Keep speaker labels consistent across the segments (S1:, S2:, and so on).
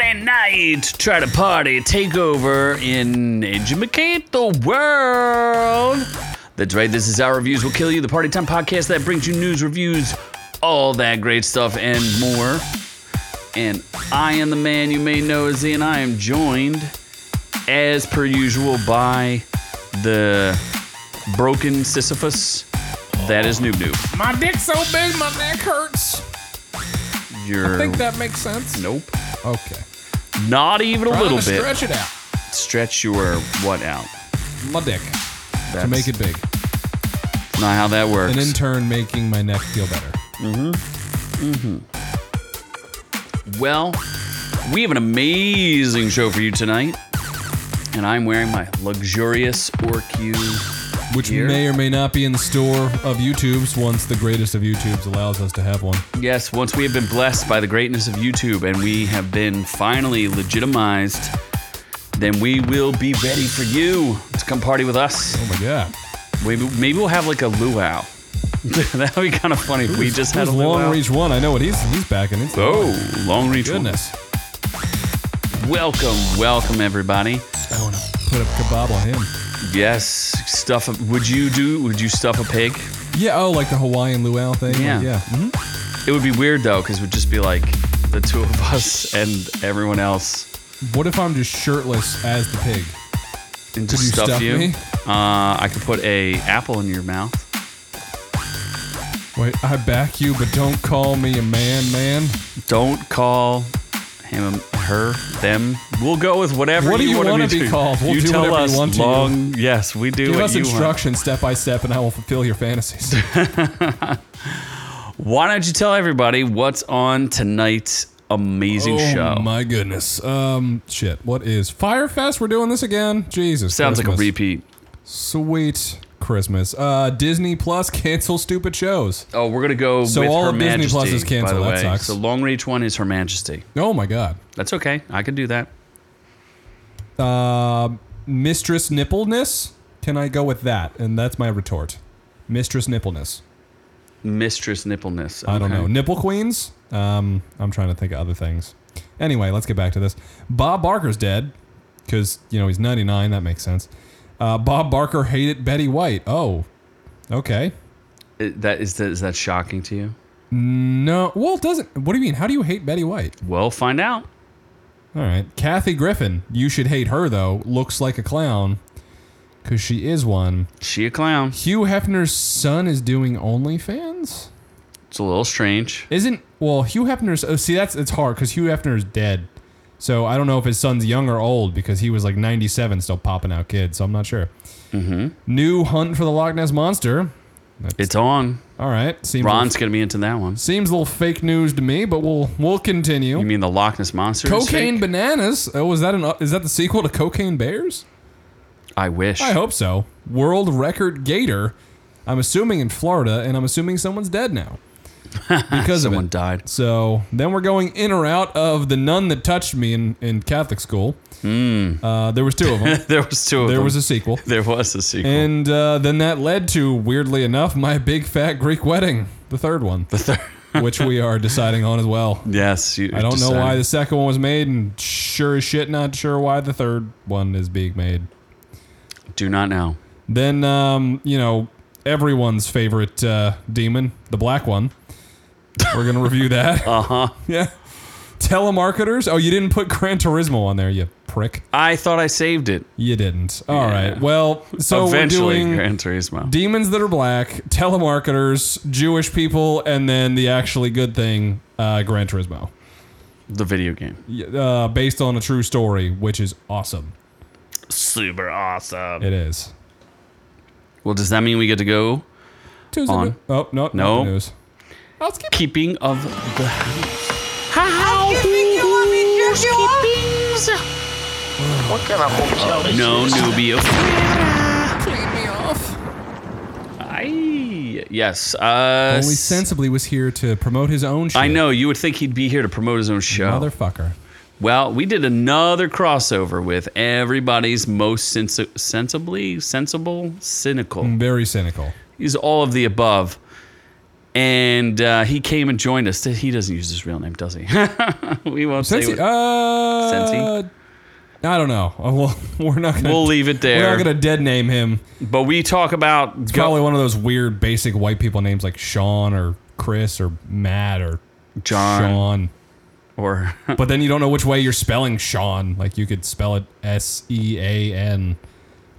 S1: ready to try to party, take over, and educate the world. That's right, this is Our Reviews Will Kill You, the Party Time podcast that brings you news, reviews, all that great stuff, and more. And I am the man you may know as Z, and I am joined, as per usual, by the broken Sisyphus. That is Noob Noob.
S2: My dick's so big, my neck hurts.
S1: You're
S2: I think that makes sense.
S1: nope,
S2: Okay.
S1: not even a
S2: Trying
S1: little
S2: to
S1: bit.
S2: Stretch it out.
S1: stretch your what out.
S2: My dick.
S1: That's
S2: To make it big.
S1: not how that works.
S2: And in turn, making my neck feel better.
S1: well, we have an amazing show for you tonight, and I'm wearing my luxurious Orcu.
S2: Which
S1: Here.
S2: may or may not be in the store of YouTubes once the greatest of YouTubes allows us to have one.
S1: Yes, once we have been blessed by the greatness of YouTube and we have been finally legitimized, then we will be ready for you to come party with us.
S2: Oh my god.
S1: Maybe, maybe we'll have like a luau. that would be kind of funny if we just had
S2: There's
S1: a luau.
S2: long reach one. I know what he's he's back and it's
S1: Oh, long reach. one.
S2: goodness.
S1: Welcome, welcome everybody.
S2: I wanna put a kebab on him.
S1: Yes, stuff. A, would you do? Would you stuff a pig?
S2: Yeah, oh like the Hawaiian luau thing.
S1: Yeah.
S2: Like, yeah. Mhm.
S1: It would be weird though, because it would just be like the two of us and everyone else,
S2: What if I'm just shirtless as the pig?
S1: and just
S2: you
S1: stuff,
S2: stuff
S1: you.
S2: me?
S1: Uh, I could put a apple in your mouth.
S2: Wait, I back you, but don't call me a man, man.
S1: Don't call him, her, them. We'll go with whatever.
S2: What do you
S1: want
S2: wanna
S1: me
S2: be
S1: to.
S2: called? We'll
S1: you
S2: do
S1: tell
S2: whatever you
S1: us
S2: want to.
S1: long. Yes, we do
S2: Give
S1: what
S2: us
S1: you want.
S2: instructions step by step, and I will fulfill your fantasies.
S1: Why don't you tell everybody what's on tonight's amazing show?
S2: Oh my goodness. Um, shit. What is Firefest? We're doing this again. Jesus.
S1: Sounds like a
S2: Christmas.
S1: repeat.
S2: Sweet Christmas. Uh, Disney Plus cancel stupid shows.
S1: Oh, we're gonna go
S2: So
S1: with
S2: all
S1: Her
S2: of Disney
S1: Majesty.
S2: Plus is canceled.
S1: By the
S2: That
S1: way,
S2: sucks.
S1: so long reach one is Her Majesty.
S2: Oh my god.
S1: That's okay. I can do that.
S2: Uh, Mistress Nippleness. Can I go with that? And that's my retort. Mistress Nippleness.
S1: Mistress nippleness.
S2: I don't
S1: Okay.
S2: know. Nipple Queens. Um, I'm trying to think of other things. Anyway, let's get back to this. Bob Barker's dead because you know he's 99. That makes sense. Uh, Bob Barker hated Betty White. Oh, okay.
S1: I- that is that is that shocking to you?
S2: No, well, it doesn't. What do you mean? How do you hate Betty White?
S1: Well, find out.
S2: All right, Kathy Griffin. You should hate her though. Looks like a clown because she is one.
S1: She a clown.
S2: Hugh Hefner's son is doing OnlyFans.
S1: It's a little strange.
S2: Isn't well Hugh Hefner's oh see that's it's hard because Hugh Hefner's dead. So I don't know if his son's young or old because he was like 97 still popping out kids, so I'm not sure. Mm-hmm. New hunt for the Loch Ness monster.
S1: It's on.
S2: All right, seems
S1: Ron's gonna be into that one.
S2: seems a little fake news to me, but we'll we'll
S1: You
S2: continue.
S1: mean the Loch Ness monster? is
S2: Cocaine
S1: fake?
S2: bananas. Oh, was that an is that the sequel to Cocaine Bears?
S1: I wish.
S2: I hope so. World record gator. I'm assuming in Florida, and I'm assuming someone's dead now because of
S1: someone
S2: it.
S1: died.
S2: So then we're going in or out of the nun that touched me in, in Catholic school.
S1: Hmm.
S2: Uh, there was two of them.
S1: There was two of
S2: there
S1: them.
S2: was a sequel,
S1: there was a sequel.
S2: and uh, then that led to, weirdly enough, my big fat Greek wedding, the third one,
S1: the third.
S2: which we are deciding on as well.
S1: yes. You
S2: I don't know why
S1: decided.
S2: the second one was made, and sure as shit, not sure why the third one is being made.
S1: Do not know.
S2: Then, um, you know, everyone's favorite uh, demon, the black one. We're going to review that. uh
S1: Uh-huh.
S2: huh. Yeah. Telemarketers. Oh, you didn't put Gran Turismo on there, you prick.
S1: I thought I saved it.
S2: You didn't. All
S1: Yeah.
S2: right. Well, so
S1: Eventually,
S2: we're doing
S1: Gran Turismo.
S2: demons that are black, telemarketers, Jewish people, and then the actually good thing, uh, Gran Turismo,
S1: the video game.
S2: Y- uh, based on a true story, which is awesome.
S1: Super awesome.
S2: It is.
S1: Well, does that mean we get to go
S2: Tuesday.
S1: On.
S2: no- Oh no, not
S1: No.
S2: the news.
S1: keeping of the No newbie of I yes. Uh,
S2: Only sensibly was here to promote his own. Shit.
S1: I know you would think he'd be here to promote his own show.
S2: Motherfucker.
S1: well, we did another crossover with everybody's most sensi-
S2: Hmm.
S1: sensibly sensible cynical.
S2: Very cynical.
S1: He's all of the above. and uh, he came and joined us. He doesn't use his real name, does he? we won't say.
S2: Sensi,
S1: what-
S2: uh,
S1: Sensi?
S2: I don't know. Uh, Well, we're not gonna.
S1: We'll leave it
S2: We're
S1: there.
S2: not gonna dead name him.
S1: but we talk about go-
S2: Probably one of those weird basic white people names like Sean or Chris or Matt or
S1: John
S2: Sean.
S1: or
S2: But then you don't know which way you're spelling Sean. Like you could spell it S E A N,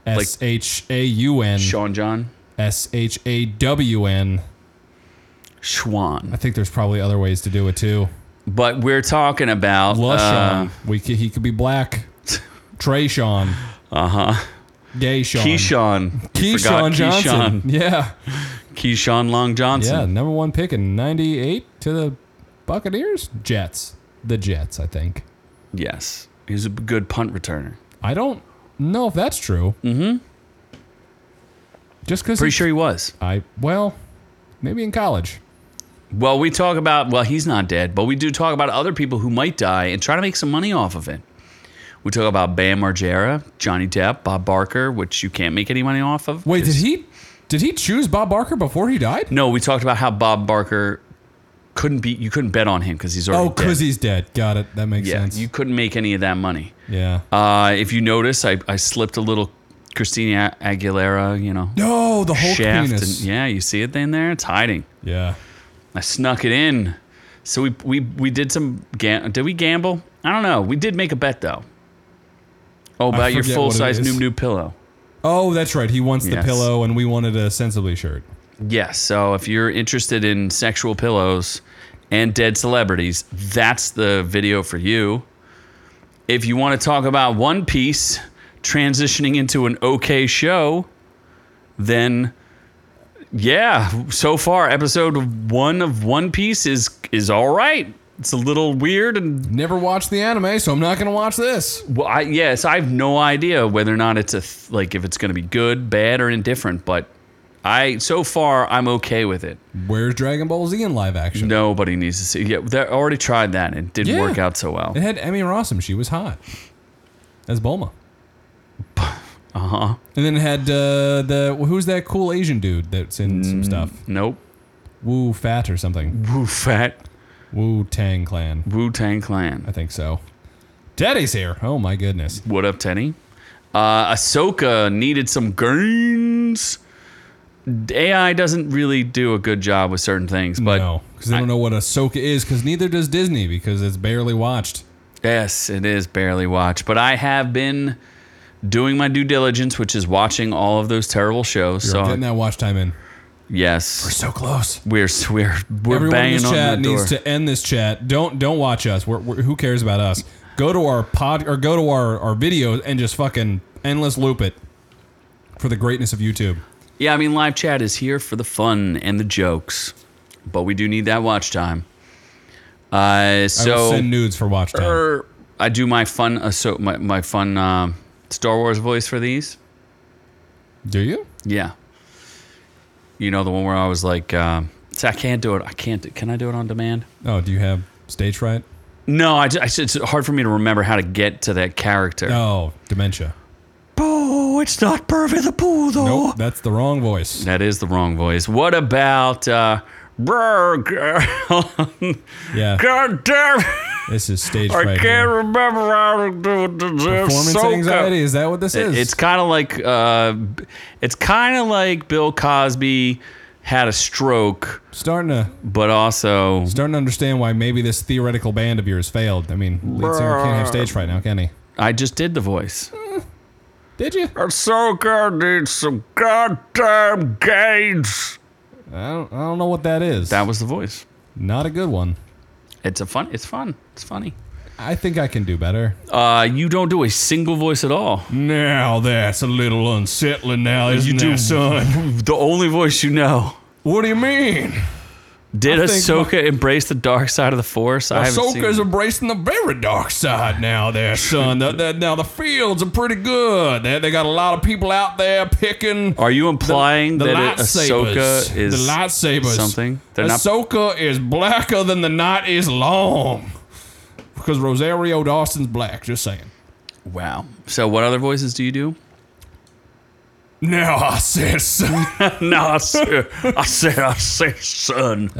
S2: S H A U N,
S1: Sean John
S2: S H A W N. I
S1: Schwan.
S2: think there's probably other ways to do it too.
S1: But we're talking about
S2: Lushawn.
S1: uh,
S2: we could, he could be black. Trey Sean. Uh huh. Gay Sean.
S1: uh-huh. Keyshawn. You
S2: Keyshawn
S1: forgot
S2: Johnson. Yeah.
S1: Keyshawn. Keyshawn Long Johnson.
S2: Yeah. Number one pick in 98 to the Buccaneers? Jets. The Jets, I think.
S1: Yes. He's a good punt returner.
S2: I don't know if that's true. Mm
S1: Mm-hmm.
S2: hmm. Just because.
S1: Pretty sure he was.
S2: I, well, maybe in college.
S1: Well, we talk about, well, he's not dead, but we do talk about other people who might die and try to make some money off of it. We talk about Bam Margera, Johnny Depp, Bob Barker, which you can't make any money off of.
S2: Wait, did
S1: 'cause-
S2: he. Did he choose Bob Barker before he died?
S1: No, we talked about how Bob Barker couldn't be, you couldn't bet on him because he's already
S2: Oh,
S1: dead.
S2: because he's dead. Got it. That makes
S1: yeah,
S2: sense.
S1: you couldn't make any of that money.
S2: yeah.
S1: Uh, if you notice, I, I slipped a little Christina Aguilera, you know,
S2: no, the whole
S1: shaft.
S2: penis.
S1: And, yeah, you see it in there? It's hiding.
S2: yeah.
S1: I snuck it in. So we we we did some gam- did we gamble? I don't know. We did make a bet though. Oh,
S2: I
S1: about your
S2: forget what
S1: full
S2: it
S1: size
S2: is.
S1: new new pillow.
S2: Oh, that's right. He wants the
S1: Yes.
S2: pillow, and we wanted a sensibly shirt.
S1: Yes. So if you're interested in sexual pillows and dead celebrities, that's the video for you. If you want to talk about One Piece transitioning into an okay show, then yeah, so far episode 1 of One Piece is is all right. It's a little weird and
S2: Never watched the anime, so I'm not gonna watch this.
S1: Well, I, yes, I have no idea whether or not it's a th- like if it's going to be good, bad, or indifferent. But I so far I'm okay with it.
S2: Where's Dragon Ball Z in live action?
S1: Nobody needs to see. Yeah, they already tried that and it didn't
S2: Yeah.
S1: work out so well.
S2: It had Emmy Rossum. She was hot as Bulma. Uh huh. And then it had uh, the who's that cool Asian dude that's in some stuff?
S1: Nope.
S2: Wu Fat or something.
S1: Wu Fat
S2: Wu Tang Clan,
S1: Wu Tang
S2: I
S1: Clan.
S2: think so. Teddy's here. Oh my goodness.
S1: What up, Teddy? Uh, Ahsoka needed some gains. AI doesn't really do a good job with certain things, but
S2: no, because they don't know what Ahsoka is. Because neither does Disney, because it's barely watched.
S1: Yes, it is barely watched, but I have been doing my due diligence, which is watching all of those terrible shows.
S2: You're
S1: so
S2: getting that watch time in.
S1: yes,
S2: So close.
S1: we're we're we're
S2: Everyone in
S1: banging
S2: this
S1: on
S2: chat
S1: the door.
S2: needs to end this chat. Don't don't watch us. We're, we're, who cares about us? Go to our pod or go to our our videos and just fucking endless loop it for the greatness of YouTube.
S1: yeah, I mean, live chat is here for the fun and the jokes, but we do need that watch time. Uh,
S2: I will
S1: so
S2: send nudes for watch time.
S1: er, I do my fun uh, so my my fun um Star Wars voice for these.
S2: Do you?
S1: Yeah, you know the one where I was like, um, "So I can't do it. I can't. do- Can I do it on demand?
S2: Oh, do you have stage fright?
S1: No, I, ju- I, it's hard for me to remember how to get to that character.
S2: Oh, dementia.
S1: Boo, it's not Pervy the Pooh, though.
S2: Nope, that's the wrong voice.
S1: That is the wrong voice. What about, uh, brr, girl?
S2: Yeah,
S1: God damn, it,
S2: this is stage
S1: I
S2: fright.
S1: can't remember how to do it.
S2: Performance anxiety. Is that what this is?
S1: It's kind of like, uh, it's kind of like Bill Cosby had a stroke,
S2: starting to
S1: but also
S2: starting to understand why maybe this theoretical band of yours failed. I mean, lead singer can't have stage fright now, can he?
S1: I just did the voice.
S2: Did you?
S1: Ahsoka needs some goddamn gains.
S2: I don't, I don't know what that is.
S1: That was the voice.
S2: Not a good one.
S1: It's a fun. It's fun. It's funny.
S2: I think I can do better.
S1: Uh, you don't do a single voice at all.
S2: Now that's a little unsettling now, isn't
S1: You do-
S2: it, son?
S1: The only voice you know.
S2: What do you mean?
S1: Did
S2: I think
S1: Ahsoka embrace the dark side of the Force? I haven't seen
S2: Ahsoka's
S1: it.
S2: embracing the very dark side now there, son. The- the- now the fields are pretty good. They, they got a lot of people out there picking
S1: Are you implying
S2: the
S1: that it-
S2: lightsabers.
S1: Ahsoka is
S2: the lightsabers.
S1: something? They're not-
S2: Ahsoka is blacker than the night is long. Because Rosario Dawson's black, just saying.
S1: Wow. So what other voices do you do?
S2: Now I said, son.
S1: no, I said, I said, I said, son.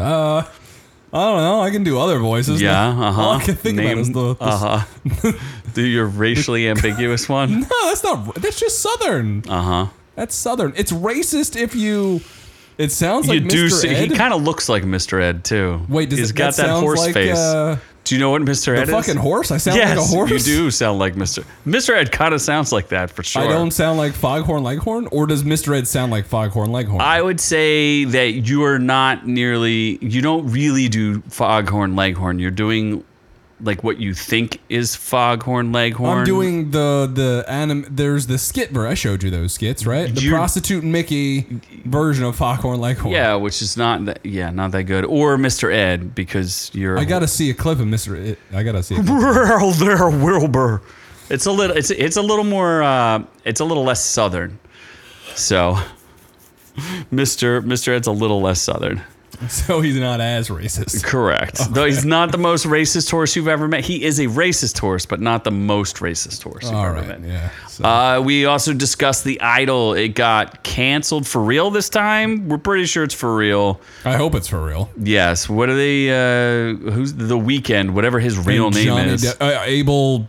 S2: I don't know. I can do other voices.
S1: yeah, uh huh.
S2: All I can think about is the. the-
S1: uh huh. Do your racially ambiguous one?
S2: No, that's not. That's just Southern.
S1: Uh huh.
S2: That's Southern. It's racist if you. It sounds
S1: You
S2: like
S1: do.
S2: Mr.
S1: See, he
S2: Ed.
S1: kind of looks like Mr. Ed too.
S2: Wait, does
S1: he's
S2: it-
S1: got
S2: that
S1: that,
S2: sounds
S1: horse
S2: like,
S1: face?
S2: uh,
S1: do you know what Mr. Ed
S2: fucking
S1: is?
S2: horse. I sound
S1: Yes,
S2: like a horse.
S1: you do sound like Mr. Mr. Ed kind of sounds like that for sure.
S2: I don't sound like Foghorn Leghorn, or does Mr. Ed sound like Foghorn Leghorn?
S1: I would say that you are not nearly. You don't really do foghorn leghorn. You're doing like what you think is foghorn leghorn.
S2: am doing the the anim. There's the skit. ver- I showed you those skits, right? The
S1: You-
S2: prostitute Mickey version of Foghorn Leghorn.
S1: Yeah, which is not that. Yeah, not that good. Or Mr. Ed because you're.
S2: I gotta see a clip of Mr. Ed. I gotta see. A clip.
S1: Well, there, Wilbur. It's a little. It's it's a little more. Uh, it's a little less southern. So, Mister Mister Ed's a little less southern.
S2: so he's not as racist.
S1: Correct.
S2: Oh.
S1: Though he's not the most racist horse you've ever met. He is a racist horse, but not the most racist horse you've
S2: All
S1: ever
S2: right.
S1: met.
S2: Yeah. So,
S1: Uh, we also discussed the idol. It got canceled for real this time. We're pretty sure it's for real.
S2: I hope it's for real.
S1: Yes. What are they? Uh, who's the weekend? Whatever his real
S2: And
S1: name
S2: Johnny
S1: is.
S2: De- uh, Abel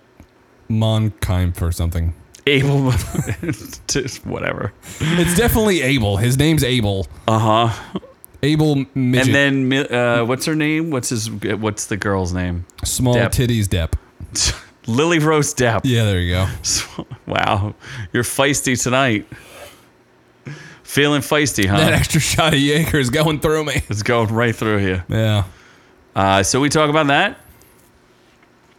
S2: Monkheim or something.
S1: Abel. Just whatever.
S2: It's definitely Abel. His name's Abel.
S1: Uh huh.
S2: Abel midget.
S1: And then mi- uh, what's her name? What's his? What's the girl's name?
S2: small
S1: Depp.
S2: titties Depp.
S1: Lily Rose Depp.
S2: Yeah, there you go.
S1: Uh. Wow, you're feisty tonight. Feeling feisty, huh?
S2: That extra shot of Jaeger is going through me.
S1: it's going right through here.
S2: Yeah.
S1: Uh, so we talk about that.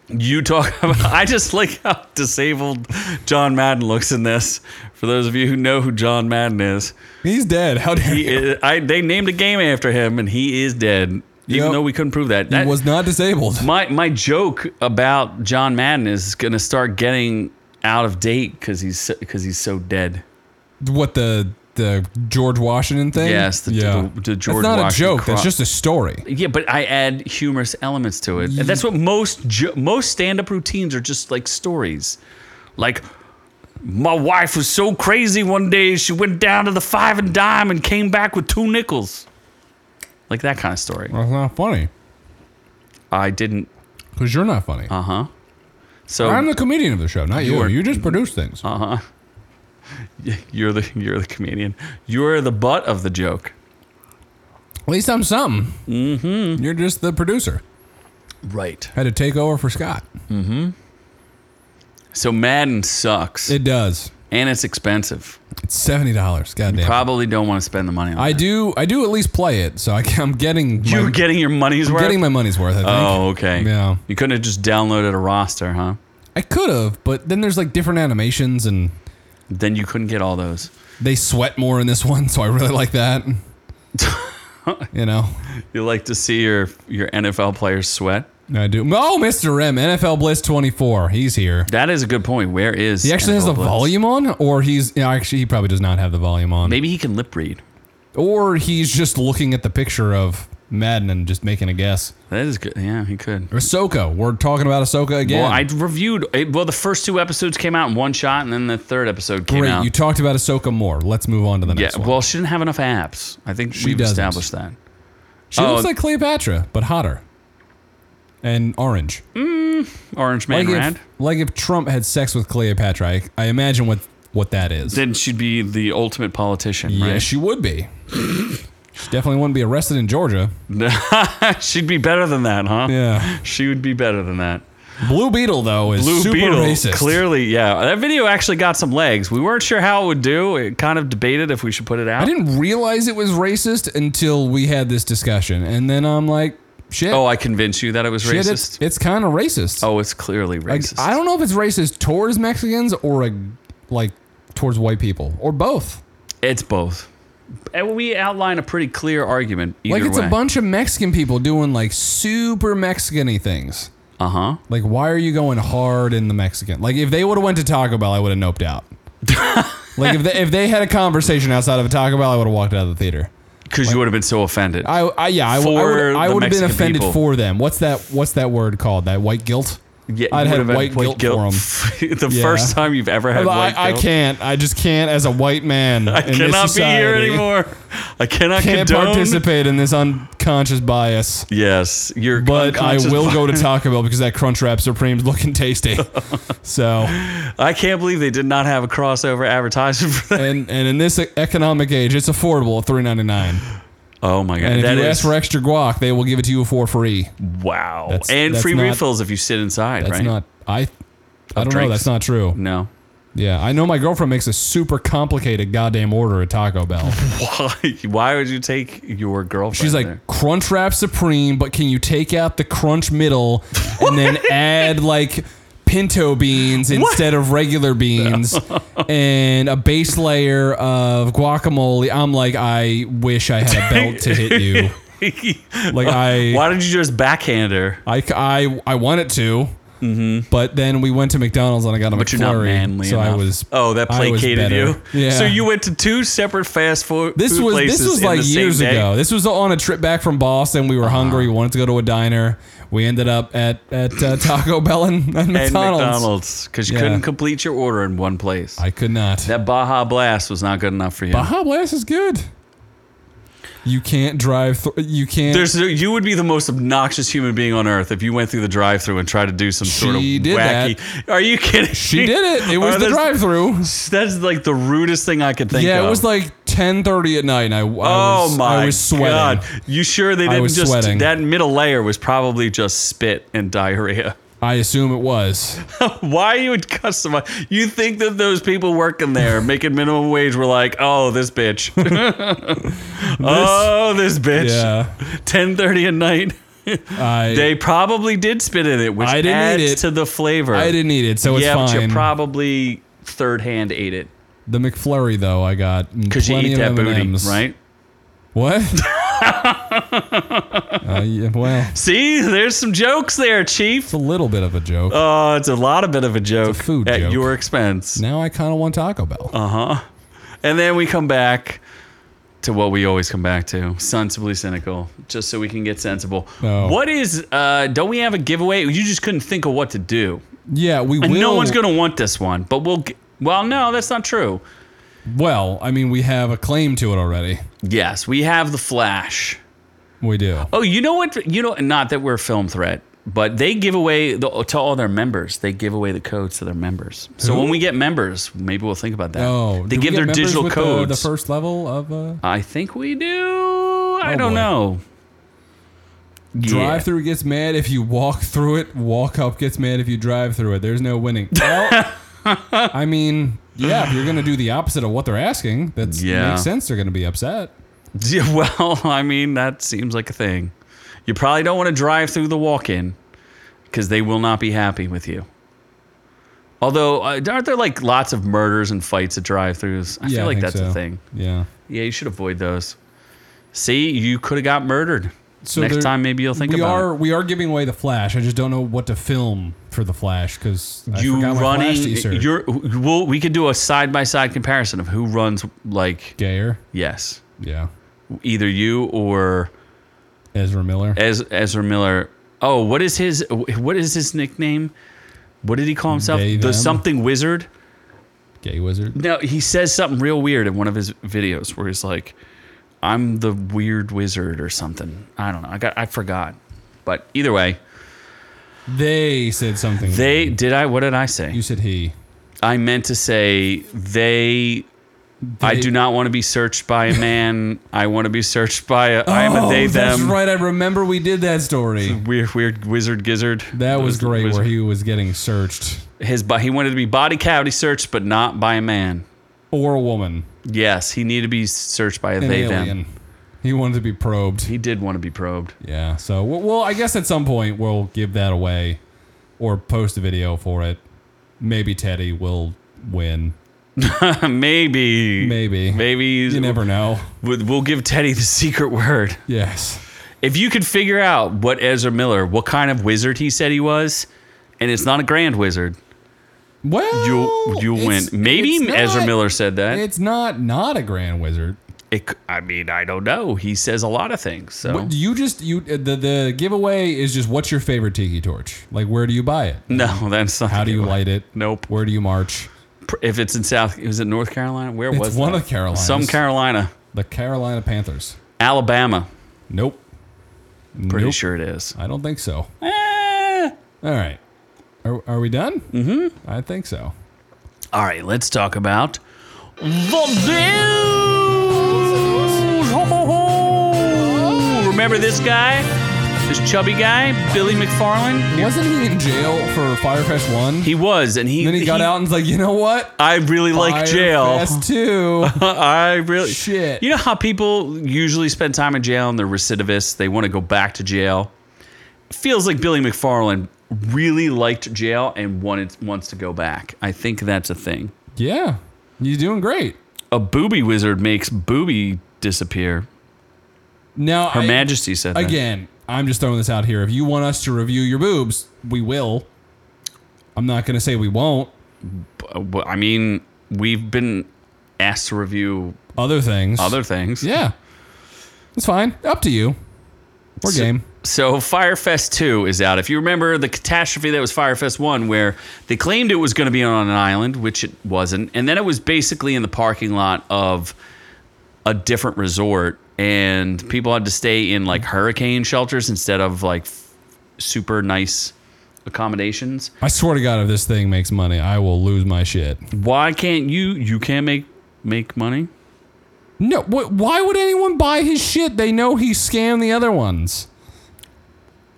S1: You talk about. I just like how disabled John Madden looks in this. For those of you who know who John Madden is,
S2: He's dead. How dare
S1: he
S2: you?
S1: is I, they named a game after him, and he is dead. Even
S2: Yep.
S1: though we couldn't prove that.
S2: He
S1: That-
S2: was not disabled.
S1: My my joke about John Madden is gonna start getting out of date because he's because he's so dead.
S2: What the the George Washington thing?
S1: Yes, the- the- the George
S2: That's not
S1: Washington
S2: a joke. That's
S1: cro-
S2: just a story.
S1: Yeah, but I add humorous elements to it, and that's what most jo- most stand up routines are just like stories, like. My wife was so crazy one day she went down to the five and dime and came back with two nickels. Like that kind of story.
S2: That's not funny
S1: I didn't
S2: because you're not funny.
S1: uh huh. So
S2: I'm the comedian of the show, not you.
S1: You're-
S2: You just produce things.
S1: you're the you're the comedian. You're the butt of the joke.
S2: At least I'm something. Mm-hmm. You're just the producer.
S1: Right.
S2: Had to take over for Scott.
S1: So Madden sucks.
S2: It does.
S1: and it's expensive.
S2: It's seventy dollars. Goddamn.
S1: Probably don't want to spend the money on
S2: I
S1: it.
S2: do. I do at least play it, so I, can- I'm getting. My,
S1: You're getting your money's worth.
S2: getting my money's worth. I think.
S1: oh, okay.
S2: Yeah.
S1: You couldn't have just downloaded a roster, huh?
S2: I could have, but then there's like different animations, and
S1: Then you couldn't get all those.
S2: they sweat more in this one, so I really like that. you know,
S1: You like to see your your NFL players sweat.
S2: I do. Oh, Mr. M, NFL Bliss 24, he's here.
S1: That is a good point. Where is
S2: He actually has
S1: NFL
S2: the
S1: Blitz?
S2: volume on, or he's yeah, actually he probably does not have the volume on,
S1: Maybe he can lip read.
S2: or he's just looking at the picture of Madden and just making a guess.
S1: That is good. Yeah, he could.
S2: Ahsoka, we're talking about Ahsoka again.
S1: Well, I reviewed. eh, Well, the first two episodes came out in one shot, and then the third episode came
S2: Great,
S1: out.
S2: you talked about Ahsoka more. Let's move on to the
S1: yeah.
S2: next one.
S1: Well, she didn't have enough apps. I think we've
S2: doesn't.
S1: established that.
S2: She
S1: Oh.
S2: looks like Cleopatra, but hotter. And orange.
S1: Hmm. Orange Man
S2: Like
S1: Rad.
S2: if, like if Trump had sex with Cleopatra, I, I imagine what, what that is.
S1: Then she'd be the ultimate politician.
S2: yeah,
S1: right?
S2: she would be. she definitely wouldn't be arrested in Georgia.
S1: She'd be better than that, huh?
S2: Yeah.
S1: She would be better than that.
S2: Blue Beetle, though, is
S1: Blue
S2: super
S1: Beetle,
S2: racist.
S1: clearly, yeah. That video actually got some legs. We weren't sure how it would do. It kind of debated if we should put it
S2: I
S1: out.
S2: didn't realize it was racist until we had this discussion. And then I'm like, shit.
S1: Oh, I convinced you that it was
S2: shit
S1: racist.
S2: It's, it's kind of racist.
S1: oh, it's clearly racist.
S2: I don't know if it's racist towards Mexicans or a, like towards white people or both.
S1: it's both. And we outline a pretty clear argument either
S2: Like it's
S1: way.
S2: a bunch of Mexican people doing like super Mexican-y things.
S1: uh huh.
S2: Like why are you going hard in the Mexican? Like if they would have went to Taco Bell, I would have noped out. like if they, if they had a conversation outside of a Taco Bell, I would have walked out of the theater.
S1: Because you would have been so offended.
S2: I, I yeah, I,
S1: For
S2: would
S1: the
S2: I would have been
S1: Mexican
S2: offended
S1: people.
S2: for them. What's that what's that word called? That white guilt?
S1: Yeah,
S2: I'd
S1: you
S2: had
S1: would've
S2: white guilt
S1: the
S2: Yeah.
S1: first time you've ever had white
S2: I, I
S1: guilt.
S2: can't. I just can't, as a white man.
S1: I cannot be here anymore. I cannot
S2: Can't
S1: condone.
S2: participate in this unconscious bias.
S1: Yes, you're.
S2: But I will go to Taco Bell because that Crunchwrap Supreme's looking tasty. so,
S1: I can't believe they did not have a crossover advertisement for that.
S2: and and in this economic age, it's affordable at three ninety nine.
S1: Oh my god,
S2: And if
S1: that
S2: you
S1: is
S2: ask for extra guac, they will give it to you for free.
S1: wow,
S2: That's-
S1: and
S2: that's
S1: free
S2: not-
S1: refills if you sit inside,
S2: That's
S1: right?
S2: not. I. I don't know.
S1: drinks.
S2: That's not true.
S1: no.
S2: Yeah, I know my girlfriend makes a super complicated goddamn order at Taco Bell.
S1: Why? Why would you take your girlfriend?
S2: She's like
S1: there?
S2: crunch wrap supreme, but can you take out the crunch middle and then add like pinto beans instead of regular beans and a base layer of guacamole? I'm like, I wish I had a belt to hit you. Like I,
S1: Why did you just backhand her?
S2: I, I, I wanted to. But then we went to McDonald's and I got a
S1: Mm-hmm. But you're not
S2: McFlurry,
S1: manly
S2: so I
S1: enough.
S2: was.
S1: oh, that
S2: I was
S1: placated
S2: better.
S1: you.
S2: Yeah.
S1: So you went to two separate fast food.
S2: This
S1: food
S2: was
S1: places
S2: this was
S1: in
S2: like
S1: the same
S2: years
S1: day. Uh-huh.
S2: ago. This was on a trip back from Boston. We were hungry. We wanted to go to a diner. We ended up at at uh, Taco Bell and, and McDonald's.
S1: And McDonald's because you
S2: Yeah.
S1: couldn't complete your order in one place.
S2: I could not.
S1: that Baja Blast was not good enough for you.
S2: Baja Blast is good. You can't drive. Th- you can't.
S1: There's you would be the most obnoxious human being on earth if you went through the drive-through and tried to do some sort of
S2: She did
S1: wacky. Are you kidding?
S2: she did it. It was
S1: Are
S2: the
S1: those-
S2: drive-through.
S1: That's like the rudest thing I could think of.
S2: Yeah, it was like 10:30 at night. And I, I
S1: Oh
S2: was,
S1: my
S2: I was sweating.
S1: god! You sure they didn't
S2: was
S1: just
S2: sweating.
S1: that middle layer was probably just spit and diarrhea.
S2: I assume it was.
S1: Why you would customize? You think that those people working there making minimum wage were like, oh this bitch, oh this bitch,
S2: Yeah,
S1: ten thirty at night.
S2: I
S1: They probably did spit in it, which
S2: I didn't
S1: adds
S2: eat it.
S1: to the flavor.
S2: I didn't eat it, so it's
S1: yeah, but
S2: fine.
S1: you probably third hand ate it
S2: the McFlurry though, I got
S1: because you
S2: plenty
S1: eat
S2: of
S1: that booty,
S2: M&Ms.
S1: right?
S2: What? uh, yeah, well, it's
S1: See, there's some jokes there, Chief.
S2: a little bit of a joke.
S1: Oh, it's a lot of bit of a joke
S2: food
S1: at
S2: joke.
S1: your expense.
S2: now I kind of want Taco Bell.
S1: uh, And then we come back to what we always come back to, sensibly cynical, just so we can get sensible.
S2: Oh.
S1: What is uh don't we have a giveaway? You just couldn't think of what to do.
S2: yeah, we
S1: And
S2: will.
S1: no one's going to want this one, but we'll g- well, no, that's not true.
S2: Well, I mean, we have a claim to it already.
S1: Yes, we have the Flash.
S2: We do.
S1: Oh, you know what? You know, not that we're a film threat, but they give away the, to all their members. They give away the codes to their members. So
S2: Who?
S1: when we get members, maybe we'll think about that.
S2: Oh, do
S1: they
S2: we
S1: give
S2: get
S1: their
S2: members
S1: digital
S2: with the-
S1: codes.
S2: The, first level of uh,
S1: I think we do. I
S2: Oh,
S1: don't
S2: boy.
S1: know.
S2: drive-through gets mad if you walk through it. Walk up gets mad if you drive through it. There's no winning. Well, I mean, yeah, if you're gonna do the opposite of what they're asking, that
S1: Yeah.
S2: makes sense. They're gonna be upset.
S1: Yeah. Well, I mean, that seems like a thing. You probably don't want to drive through the walk-in because they will not be happy with you. Although, uh, aren't there like lots of murders and fights at drive-throughs? I
S2: yeah,
S1: feel like
S2: think
S1: that's
S2: so.
S1: a thing.
S2: Yeah.
S1: Yeah, you should avoid those. See, you could have got murdered.
S2: So
S1: Next
S2: there-
S1: time, maybe you'll think
S2: we
S1: about
S2: are we are giving away the Flash. I just don't know what to film for the Flash because
S1: it. You
S2: forgot my
S1: running?
S2: Flash t-shirt.
S1: You're. We'll, we could do a side by side comparison of who runs like
S2: gayer.
S1: yes,
S2: Yeah,
S1: either you or
S2: Ezra Miller.
S1: Ez, Ezra Miller. Oh, what is his? What is his nickname? What did he call himself?
S2: They,
S1: the
S2: them?
S1: something wizard.
S2: Gay wizard.
S1: No, he says something real weird in one of his videos where he's like, "I'm the weird wizard" or something. I don't know. I got. I forgot. But either way,
S2: They said something.
S1: they did. I. What did I say?
S2: You said he.
S1: I meant to say they. I
S2: They-
S1: do not want to be searched by a man. I want to be searched by a. I am a
S2: oh,
S1: they
S2: that's
S1: them.
S2: right. I remember we did that story.
S1: Weird, weird wizard gizzard.
S2: That was great.
S1: Wizard.
S2: Where he was getting searched
S1: His bo- he wanted to be body cavity searched, but not by a man.
S2: or a woman,
S1: Yes, he needed to be searched by a
S2: an
S1: they
S2: alien.
S1: them.
S2: He wanted to be probed.
S1: He did want to be probed.
S2: Yeah. So w- well, I guess at some point we'll give that away, or post a video for it. Maybe Teddy will win.
S1: Maybe.
S2: Maybe.
S1: Maybe.
S2: You never know.
S1: We'll we'll give Teddy the secret word.
S2: Yes.
S1: If you could figure out what Ezra Miller, what kind of wizard he said he was, and it's not a grand wizard,
S2: Well,
S1: you you win.
S2: it's-
S1: Maybe
S2: it's
S1: Ezra
S2: not-
S1: Miller said that.
S2: It's not not a grand wizard.
S1: It, c- I mean, I don't know. He says a lot of things. So
S2: What, you just you uh, the the giveaway is just what's your favorite tiki torch? Like where do you buy it?
S1: no, that's not.
S2: How do you light it?
S1: Nope.
S2: Where do you march?
S1: Pr- If it's in South, was it North Carolina? Where
S2: It's
S1: was
S2: one
S1: that?
S2: of the Carolinas.
S1: Some Carolina,
S2: The Carolina Panthers.
S1: Alabama.
S2: Nope.
S1: Pretty
S2: Nope. Uh.
S1: sure it is.
S2: I don't think so.
S1: Eh.
S2: All right. Are, are we done? Mm-hmm. I think so.
S1: All right, let's talk about the news. Ho, ho, ho. Remember this guy, this chubby guy, Billy McFarland?
S2: Wasn't he in jail for Firefest One?
S1: He was, and he
S2: then he got out and's like, you know what?
S1: I really like jail.
S2: Firefest Two.
S1: I really
S2: Shit.
S1: You know how people usually spend time in jail and they're recidivists. They want to go back to jail. Feels like Billy McFarland really liked jail and wanted wants to go back. I think that's a thing.
S2: yeah, you're doing great.
S1: A booby wizard makes booby disappear.
S2: Now,
S1: Her
S2: I-
S1: Majesty said that.
S2: again, I'm just throwing this out here. If you want us to review your boobs, we will. I'm not gonna say we won't.
S1: Uh, well, I mean, we've been asked to review
S2: Other things.
S1: other things.
S2: Yeah, it's fine. Up to you. We're game.
S1: So Firefest 2 is out. If you remember the catastrophe that was Firefest 1 where they claimed it was going to be on an island, which it wasn't, and then it was basically in the parking lot of a different resort and people had to stay in like hurricane shelters instead of like f- super nice accommodations.
S2: I swear to God, if this thing makes money, I will lose my shit.
S1: Why can't you you can't make make money?
S2: No, wh- why would anyone buy his shit? They know he scammed the other ones.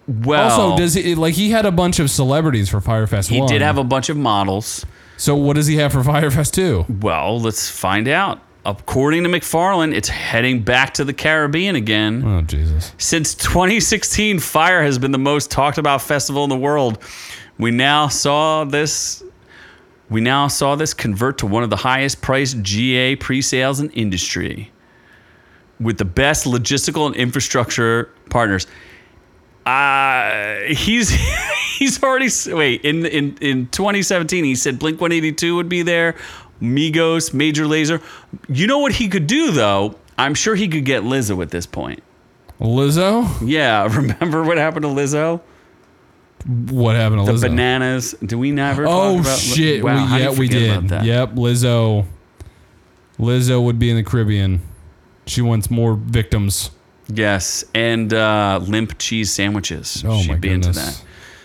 S1: Well,
S2: Also, does he like he had a bunch of celebrities for Firefest?
S1: Oh. he
S2: one.
S1: did have a bunch of models.
S2: So what does he have for Firefest two?
S1: Well, let's find out. According to McFarlane, it's heading back to the Caribbean again.
S2: Oh Jesus!
S1: Since 2016, Fire has been the most talked about festival in the world. We now saw this we now saw this convert to one of the highest priced GA pre-sales in industry with the best logistical and infrastructure partners. Uh, he's he's already s- wait in in in 2017 he said Blink 182 would be there, Migos, Major Laser. You know what he could do though? I'm sure he could get Lizzo at this point.
S2: Lizzo,
S1: Yeah, remember what happened to Lizzo?
S2: what happened to Lizzo?
S1: Bananas. Do we never?
S2: oh
S1: talk about Li-
S2: shit!
S1: Wow,
S2: we,
S1: how
S2: yeah,
S1: did I
S2: we
S1: forget
S2: did.
S1: About that?
S2: Yep, Lizzo. Lizzo would be in the Caribbean. She wants more victims.
S1: Yes, and uh, limp cheese sandwiches.
S2: Oh
S1: She'd
S2: my
S1: be
S2: goodness!
S1: into that.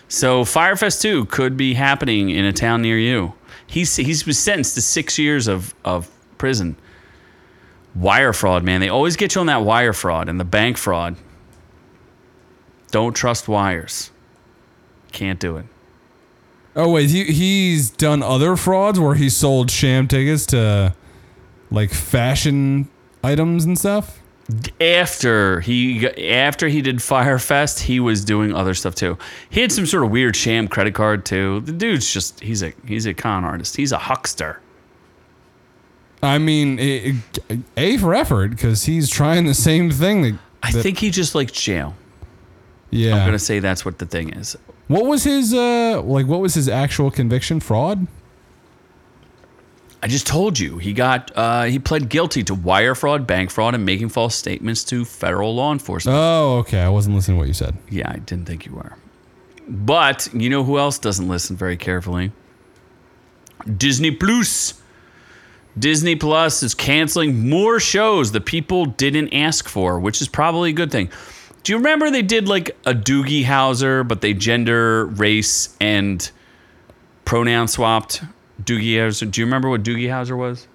S1: So Firefest Two could be happening in a town near you. He's he's was sentenced to six years of of prison. Wire fraud, man. They always get you on that wire fraud and the bank fraud. Don't trust wires. Can't do it.
S2: Oh wait, he he's done other frauds where he sold sham tickets to like fashion items and stuff.
S1: after he got- after he did Firefest, he was doing other stuff too. He had some sort of weird sham credit card too. The dude's just he's a he's a con artist. He's a huckster.
S2: I mean, it, it, a for effort because he's trying the same thing. That,
S1: I
S2: that-
S1: think he just likes jail.
S2: yeah.
S1: I'm gonna say that's what the thing is.
S2: What was his uh like? What was his actual conviction? Fraud?
S1: I just told you he got uh, he pled guilty to wire fraud, bank fraud, and making false statements to federal law enforcement.
S2: Oh, okay. I wasn't listening to what you said.
S1: yeah, I didn't think you were. But you know who else doesn't listen very carefully? Disney Plus. Disney Plus is canceling more shows that people didn't ask for, which is probably a good thing. Do you remember they did like a Doogie Howser, but they gender, race, and pronoun swapped Doogie Howser? Do you remember what Doogie Howser was?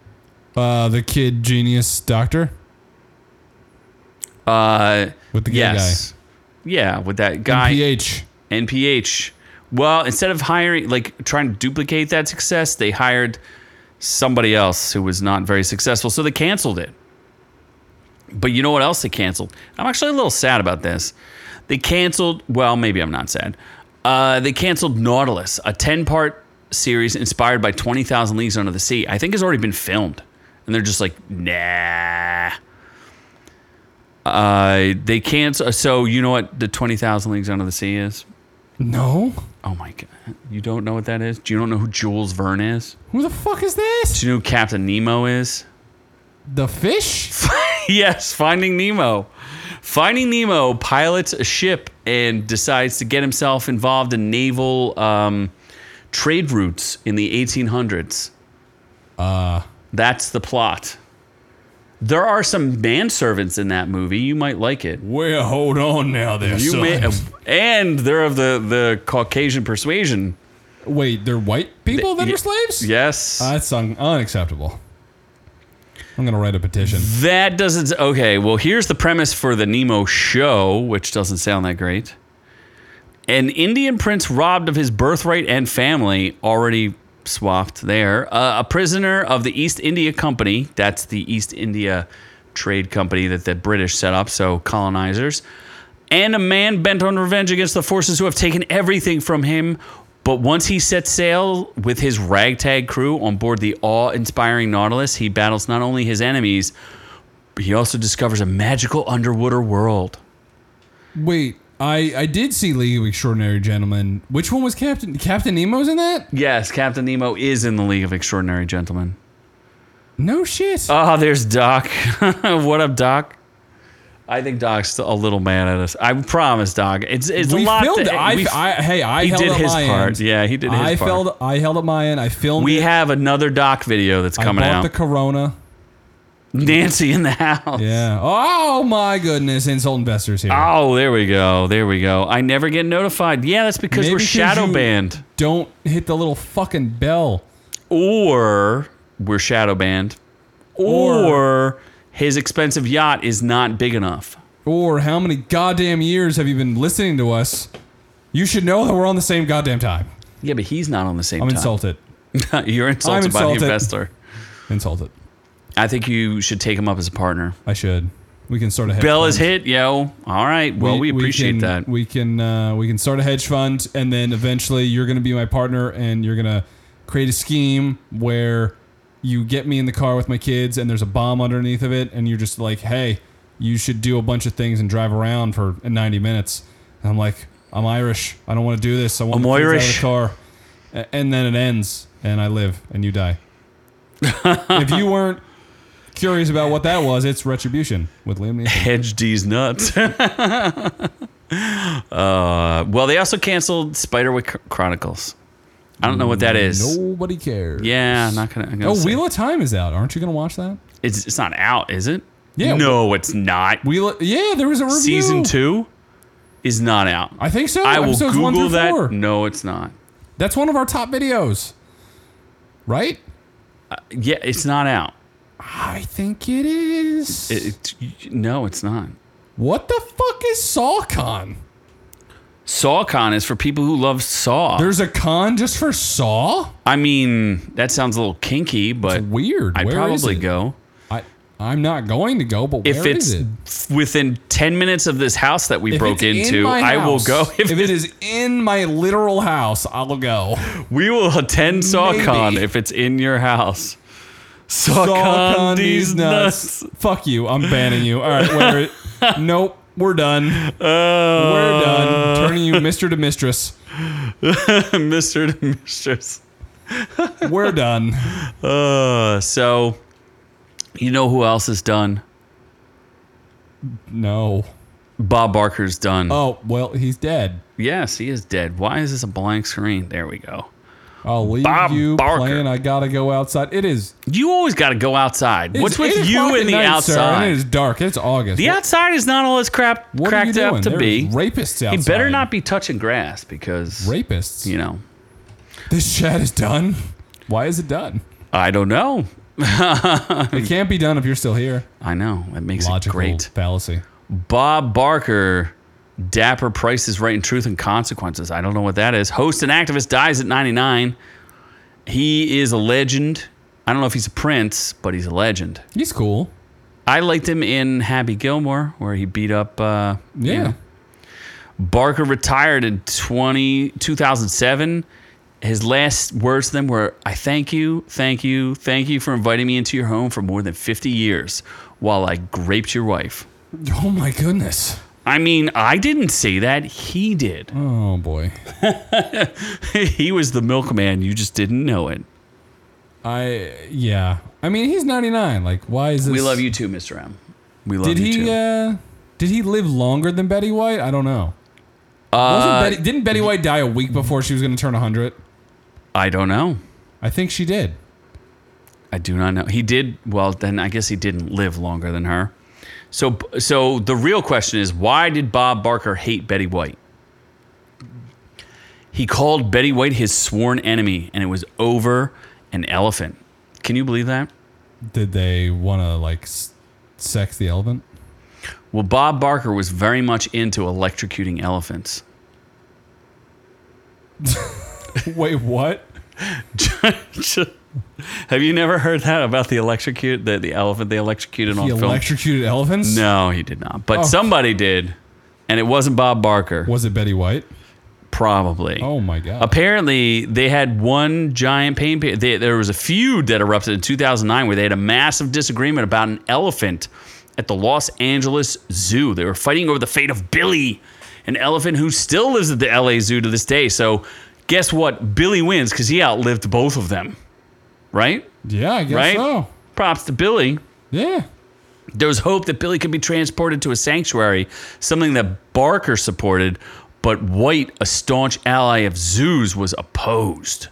S2: Uh, the kid genius doctor
S1: Uh,
S2: with the gay
S1: yes. Yeah, with that
S2: guy.
S1: guy.
S2: PH.
S1: NPH. Well, instead of hiring, like trying to duplicate that success, they hired somebody else who was not very successful. So they canceled it. But you know what else they canceled? I'm actually a little sad about this. They canceled, well, maybe I'm not sad. Uh, they canceled Nautilus, a 10 part series inspired by 20,000 Leagues Under the Sea. I think has already been filmed. And they're just like, nah. Uh, they cancel. So you know what the 20,000 Leagues Under the Sea is?
S2: No.
S1: Oh my god. You don't know what that is? Do you don't know who Jules Verne is?
S2: Who the fuck is this?
S1: Do you know who Captain Nemo is?
S2: The fish?
S1: yes, Finding Nemo. Finding Nemo pilots a ship and decides to get himself involved in naval um, trade routes in the 1800s. Uh, That's the plot. There are some manservants in that movie. You might like it.
S2: Well, hold on now, there.
S1: You
S2: son.
S1: may, and they're of the, the Caucasian persuasion.
S2: Wait, they're white people that
S1: Ye-
S2: are slaves? Uh,
S1: Yes.
S2: That's un- unacceptable. I'm gonna write a petition.
S1: That doesn't. Okay, well, here's the premise for the Nemo show, which doesn't sound that great. An Indian prince robbed of his birthright and family, already swapped there. Uh, a prisoner of the East India Company, that's the East India trade company that the British set up, so colonizers, and a man bent on revenge against the forces who have taken everything from him. But once he sets sail with his ragtag crew on board the awe inspiring Nautilus, he battles not only his enemies, but he also discovers a magical underwater world.
S2: Wait, I I did see League of Extraordinary Gentlemen. Which one was Captain Captain Nemo's in that?
S1: Yes, Captain Nemo is in the League of Extraordinary Gentlemen.
S2: No shit.
S1: Oh, there's Doc. what up, Doc? I think Doc's still a little mad at us. I promise, Doc. It's it's
S2: we
S1: a lot.
S2: filmed.
S1: to-
S2: I,
S1: we-
S2: I hey, I
S1: he
S2: held
S1: did
S2: up
S1: his
S2: my
S1: part.
S2: End.
S1: Yeah, he did his
S2: I
S1: part.
S2: held. I held up my end. I filmed.
S1: we
S2: it.
S1: have another Doc video that's coming
S2: I bought
S1: out.
S2: the Corona.
S1: Nancy in the house.
S2: Yeah. Oh my goodness! Insult investors here.
S1: Oh, there we go. There we go. I never get notified. Yeah, that's because
S2: Maybe
S1: we're
S2: 'cause
S1: shadow
S2: you
S1: banned.
S2: Don't hit the little fucking bell.
S1: Or we're shadow banned. Or, his expensive yacht is not big enough.
S2: Or how many goddamn years have you been listening to us? You should know that we're on the same goddamn time.
S1: Yeah, but he's not on the same
S2: I'm
S1: time.
S2: insulted.
S1: You're insulted by
S2: insulted.
S1: the investor.
S2: Insulted.
S1: I think you should take him up as a partner.
S2: I should. We can start a hedge
S1: Bell
S2: fund.
S1: is hit, yo. All right. Well, we, appreciate
S2: can,
S1: that.
S2: We can uh, we can start a hedge fund, and then eventually you're going to be my partner, and you're going to create a scheme where you get me in the car with my kids, and there's a bomb underneath of it, and you're just like, hey, you should do a bunch of things and drive around for 90 minutes. And I'm like, I'm Irish. I don't want to do this. I want
S1: I'm
S2: the kids
S1: Irish."
S2: out of the car, A- and then it ends, and I live, and you die. if you weren't curious about what that was, it's retribution with Liam Neeson.
S1: Hedge D's nuts. uh, well, they also canceled Spiderwick Ch- Chronicles. I don't know what that is.
S2: Nobody cares.
S1: Yeah, I'm not gonna. I'm gonna
S2: Oh,
S1: say-
S2: Wheel of Time is out. Aren't you going to watch that?
S1: It's it's not out, is it?
S2: Yeah.
S1: No, it's not.
S2: Wheel. Of, yeah, there was a review.
S1: Season two is not out.
S2: I think so.
S1: I will
S2: Episodes one
S1: Google
S2: through
S1: that.
S2: four.
S1: No, it's not.
S2: That's one of our top videos, right?
S1: Yeah, it's not out.
S2: I think it is.
S1: It, it- no, it's not.
S2: what the fuck is SawCon?
S1: SawCon is for people who love Saw.
S2: There's a con just for Saw.
S1: I mean, that sounds a little kinky, but
S2: Weird.
S1: I'd
S2: Where is
S1: probably
S2: it?
S1: go.
S2: I I'm not going to go, but
S1: If
S2: where
S1: it's
S2: is it?
S1: f- within 10 minutes of this house that we
S2: If it's
S1: broke
S2: in
S1: into,
S2: my
S1: I will
S2: house,
S1: go.
S2: If, it is in my literal house, I'll go.
S1: we will attend SawCon
S2: Maybe.
S1: if it's in your house. SawCon
S2: Saucon
S1: these nuts.
S2: Fuck you. I'm banning you. All right. Where, nope. We're done.
S1: Uh.
S2: we're done. Turning you Mr. to Mistress.
S1: Mr. Uh, to Mistress.
S2: We're done.
S1: Uh, so, you know who else is done?
S2: No.
S1: Bob Barker's done.
S2: Oh, well, he's dead.
S1: Yes, he is dead. Why is this a blank screen? There we go.
S2: I'll leave
S1: Bob
S2: you
S1: Barker.
S2: playing. I gotta go outside. It is.
S1: You always got to go outside.
S2: it's
S1: What's with
S2: 8
S1: you
S2: o'clock
S1: and
S2: at
S1: the
S2: night, sir, and
S1: outside?
S2: it is dark. It's August.
S1: The
S2: What-
S1: outside is not all as crap
S2: what are you
S1: cracked
S2: doing?
S1: up to
S2: There's
S1: be.
S2: rapists outside.
S1: He better not be touching grass because
S2: rapists.
S1: you know
S2: This chat is done. Why is it done?
S1: I don't know.
S2: It can't be done if you're still here.
S1: I know that makes
S2: Logical
S1: it Hmm. great.
S2: fallacy.
S1: Bob Barker, Dapper Price is Right and Truth and Consequences. I don't know what that is. Host and activist dies at 99. He is a legend. I don't know if he's a prince, but he's a legend.
S2: He's cool.
S1: I liked him in Happy Gilmore, where he beat up. Uh, you
S2: yeah.
S1: know, Barker retired in 20, 2007. His last words to them were, I thank you, thank you, thank you for inviting me into your home for more than 50 years while I graped your wife.
S2: Oh my goodness.
S1: I mean, I didn't say that. He did.
S2: Oh boy.
S1: he was the milkman. You just didn't know it.
S2: I yeah. I mean, he's 99. Like, why is this?
S1: We love you too, Mr. M. We love
S2: Did
S1: you
S2: he?
S1: too.
S2: Uh, did he live longer than Betty White? I don't know. Wasn't
S1: Uh,
S2: Betty, didn't Betty White die a week before she was going to turn 100?
S1: I don't know.
S2: I think she did.
S1: I do not know. He did well. Then I guess he didn't live longer than her. So, so the real question is, why did Bob Barker hate Betty White? He called Betty White his sworn enemy, and it was over an elephant. Can you believe that?
S2: Did they want to like s- sex the elephant?
S1: Well, Bob Barker was very much into electrocuting elephants.
S2: Wait, what?
S1: Have you never heard that about the electrocute that the elephant they electrocuted on
S2: He
S1: film?
S2: electrocuted elephants?
S1: No, he did not. But
S2: Oh.
S1: somebody did, and it wasn't Bob Barker.
S2: Was it Betty White?
S1: Probably.
S2: Oh my god.
S1: Apparently, they had one giant pain. pe- They, there was a feud that erupted in 2009 where they had a massive disagreement about an elephant at the Los Angeles Zoo. They were fighting over the fate of Billy, an elephant who still lives at the LA Zoo to this day. So, guess what? Billy wins because he outlived both of them, right?
S2: yeah, I guess
S1: right?
S2: so.
S1: Props to Billy.
S2: Yeah.
S1: There was hope that Billy could be transported to a sanctuary, something that Barker supported, but White, a staunch ally of zoos, was opposed.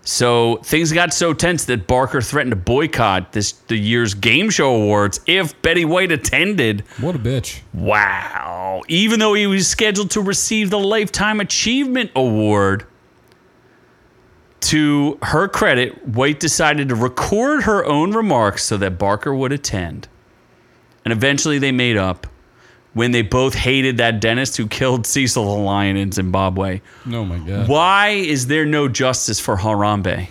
S1: So things got so tense that Barker threatened to boycott this the year's game show awards if Betty White attended.
S2: What a bitch.
S1: Wow. Even though he was scheduled to receive the Lifetime Achievement Award, to her credit, White decided to record her own remarks so that Barker would attend. And eventually they made up when they both hated that dentist who killed Cecil the lion in Zimbabwe.
S2: Oh my god.
S1: Why is there no justice for Harambe?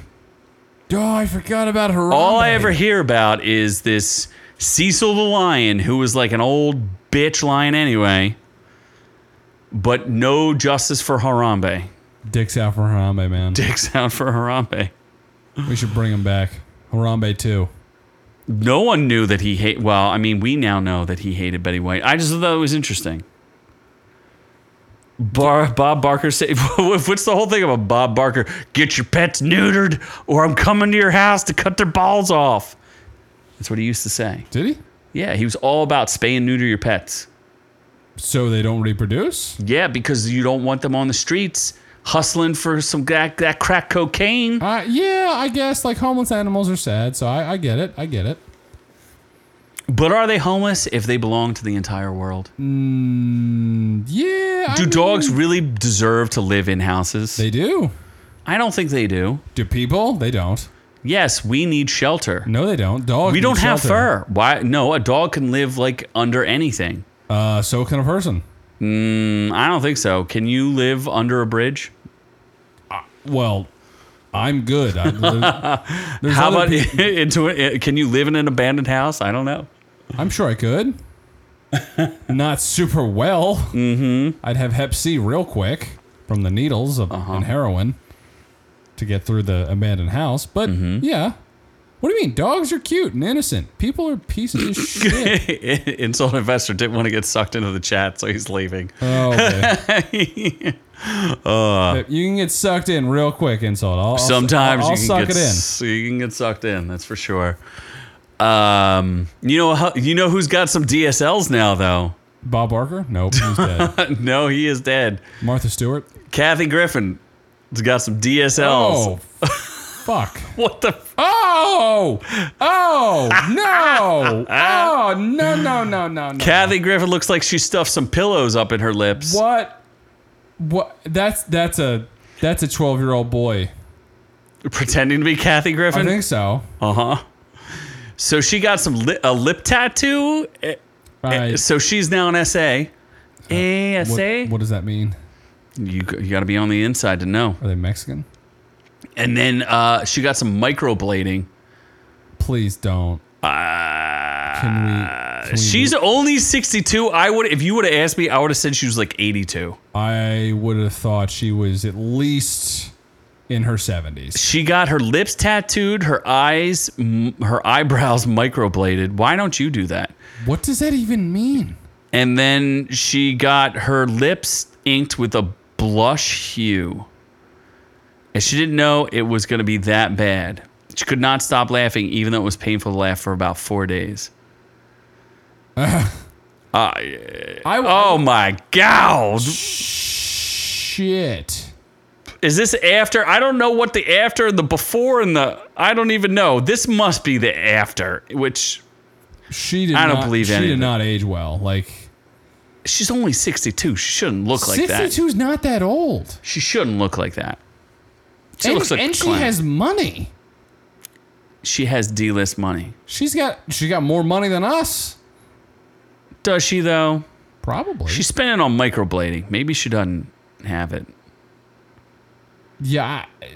S2: Oh, I forgot about her.
S1: All I ever hear about is this Cecil the lion, who was like an old bitch lion anyway, but no justice for Harambe.
S2: Dicks out for Harambe, man.
S1: Dicks out for Harambe.
S2: we should bring him back. Harambe too.
S1: No one knew that he hate. Well, I mean, we now know that he hated Betty White. I just thought it was interesting. Bar- Bob Barker said, "What's the whole thing about Bob Barker? Get your pets neutered, or I'm coming to your house to cut their balls off." That's what he used to say.
S2: Did he?
S1: Yeah, he was all about spay and neuter your pets.
S2: So they don't reproduce?
S1: Yeah, because you don't want them on the streets hustling for some that, that crack cocaine.
S2: Uh, yeah, I guess like homeless animals are sad, so I, I get it. I get it.
S1: But are they homeless if they belong to the entire world?
S2: Yeah. I
S1: Do
S2: mean,
S1: dogs really deserve to live in houses?
S2: They do.
S1: I don't think they do.
S2: Do people? They don't.
S1: Yes, we need shelter.
S2: No, they don't. Dogs.
S1: we
S2: need
S1: don't have
S2: shelter.
S1: fur. Why? No, a dog can live like under anything.
S2: Uh, so can a person.
S1: Mm, I don't think so. Can you live under a bridge?
S2: Well, I'm good. I, there's
S1: How
S2: other
S1: about
S2: peop-
S1: into it? Can you live in an abandoned house? I don't know.
S2: I'm sure I could. Not super well. Mm-hmm. I'd have Hep C real quick from the needles of
S1: Uh-huh.
S2: and heroin to get through the abandoned house. But
S1: Mm-hmm.
S2: yeah, what do you mean? Dogs are cute and innocent. People are pieces of shit.
S1: Insult investor didn't want to get sucked into the chat, so he's leaving.
S2: Oh, okay.
S1: Uh.
S2: Yep, you can get sucked in real quick, insult. I'll, I'll-
S1: Sometimes
S2: I'll,
S1: you
S2: I'll
S1: can
S2: suck
S1: get
S2: it in.
S1: s- you can get sucked in. That's for sure. Um, you know how- you know who's got some DSLs now though.
S2: Bob Barker? Nope, he's dead.
S1: no, he is dead.
S2: Martha Stewart?
S1: Kathy Griffin has got some DSLs.
S2: Oh, fuck.
S1: What the? F-
S2: Oh! Oh! No! Oh! No! No! No! No! No!
S1: Kathy Griffin looks like she stuffed some pillows up in her lips.
S2: What? What? That's that's a that's a twelve year old boy.
S1: Pretending to be Kathy
S2: I
S1: Griffin.
S2: think so.
S1: Uh huh. So she got some li- a lip tattoo. eh,
S2: I,
S1: So she's now an SA. ASA.
S2: Uh, what, what does that mean?
S1: You you got to be on the inside to know.
S2: Are they Mexican?
S1: And then uh, she got some microblading.
S2: Please don't. can we? Can we
S1: Uh, She's only 62. I would if you would have asked me, I would have said she was like 82.
S2: I would have thought she was at least in her seventies.
S1: She got her lips tattooed, her eyes, m- her eyebrows microbladed. Why don't you do that?
S2: What does that even mean?
S1: And then she got her lips inked with a blush hue. And she didn't know it was going to be that bad. She could not stop laughing, even though it was painful to laugh for about four days. Uh, yeah.
S2: I-
S1: oh my god.
S2: Shit.
S1: Is this after? I don't know what the after, the before, and the. I don't even know. This must be the after, which
S2: She did.
S1: I don't
S2: not,
S1: believe
S2: she
S1: any of
S2: did
S1: it.
S2: not age well. Like
S1: she's only 62. She shouldn't look like that.
S2: 62 is not that old.
S1: She shouldn't look like that. She
S2: and
S1: looks like
S2: and
S1: a
S2: she
S1: clown.
S2: has money.
S1: She has D list money.
S2: She's got she got more money than us.
S1: Does she though?
S2: Probably.
S1: She's spending on microblading. Maybe she doesn't have it.
S2: yeah. I-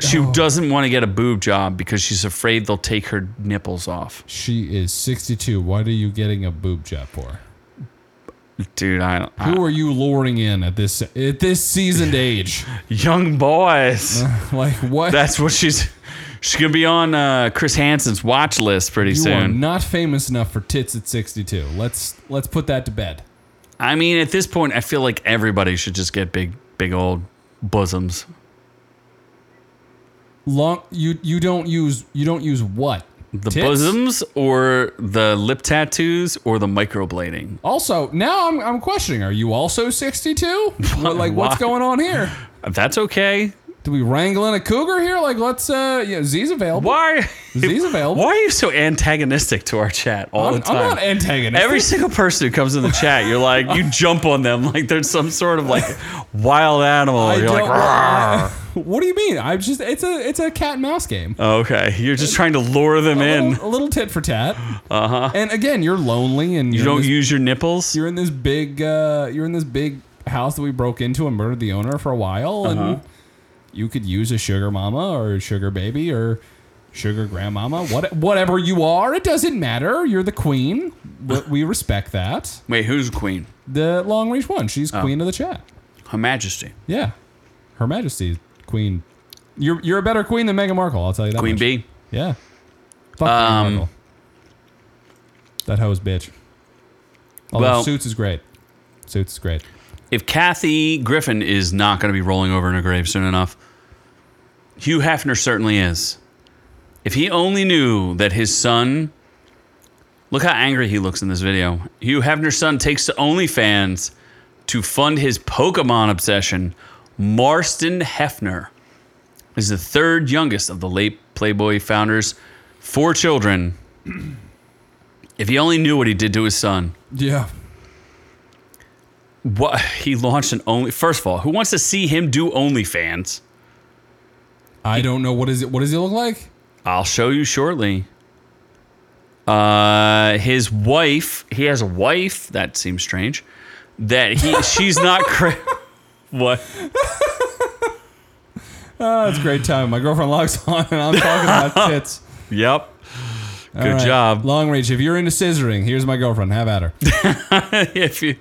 S1: She
S2: Oh.
S1: doesn't want to get a boob job because she's afraid they'll take her nipples off.
S2: She is 62. What are you getting a boob job for?
S1: Dude, I, I
S2: Who are you luring in at this at this seasoned age?
S1: young boys.
S2: like what?
S1: That's what she's she's gonna be on uh, Chris Hansen's watch list pretty
S2: you are
S1: soon.
S2: not famous enough for tits at 62. Let's let's put that to bed.
S1: I mean, at this point, I feel like everybody should just get big, big old bosoms.
S2: Long you you don't use you don't use what?
S1: The
S2: Tits?
S1: bosoms, or the lip tattoos, or the microblading.
S2: Also, now I'm I'm questioning. Are you also 62? like what's
S1: Why?
S2: going on here?
S1: That's okay.
S2: Do we wrangle in a cougar here? Like, let's, uh, yeah, Z's available.
S1: Why?
S2: Z's available.
S1: Why are you so antagonistic to our chat all
S2: I'm,
S1: the
S2: I'm
S1: time?
S2: not antagonistic.
S1: Every single person who comes in the chat, you're like, you jump on them like there's some sort of like wild animal.
S2: I
S1: you're like,
S2: don't-
S1: "Rawr." Oh,
S2: what do you mean? I'm just, it's a, it's a cat and mouse game.
S1: okay, you're just trying to lure them
S2: A
S1: in.
S2: little, a little tit for tat. Uh huh. And again, you're lonely and
S1: Uh-huh.
S2: you're,
S1: You
S2: in
S1: don't
S2: this,
S1: use your nipples.
S2: you're in this big, uh, you're in this big house that we broke into and murdered the owner for a while.
S1: Uh-huh.
S2: And you could use a sugar mama or sugar baby or sugar grandmama, what, whatever you are. It doesn't matter. You're the queen. We- We respect that.
S1: Wait, who's queen?
S2: The long reach one.
S1: Oh.
S2: She's queen of the chat.
S1: Her Majesty,
S2: Yeah, Her Majesty Queen. You're you're a better queen than Meghan Markle. I'll tell you that.
S1: Queen
S2: much.
S1: Bee.
S2: Yeah. Fuck Meghan
S1: Um,
S2: Markle. That hoe's bitch. Although
S1: Well-
S2: Suits is great. Suits is great.
S1: If Kathy Griffin is not going to be rolling over in her grave soon enough, Hugh Hefner certainly is. If he only knew that his son, look how angry he looks in this video. Hugh Hefner's son takes to OnlyFans to fund his Pokemon obsession. Marston Hefner is the third youngest of the late Playboy founders, four children. If he only knew what he did to his son.
S2: Yeah.
S1: What he launched an only. First of all, who wants to see him do OnlyFans?
S2: I don't know what is it. What does he look like?
S1: I'll show you shortly. Uh, his wife. He has a wife. That seems strange. That he. she's not. Cra- what?
S2: Oh, it's a great time. My girlfriend logs on and I'm talking about tits.
S1: Yep.
S2: All
S1: Good
S2: right.
S1: job.
S2: Long reach. If you're into scissoring, here's my girlfriend. Have at her.
S1: if you.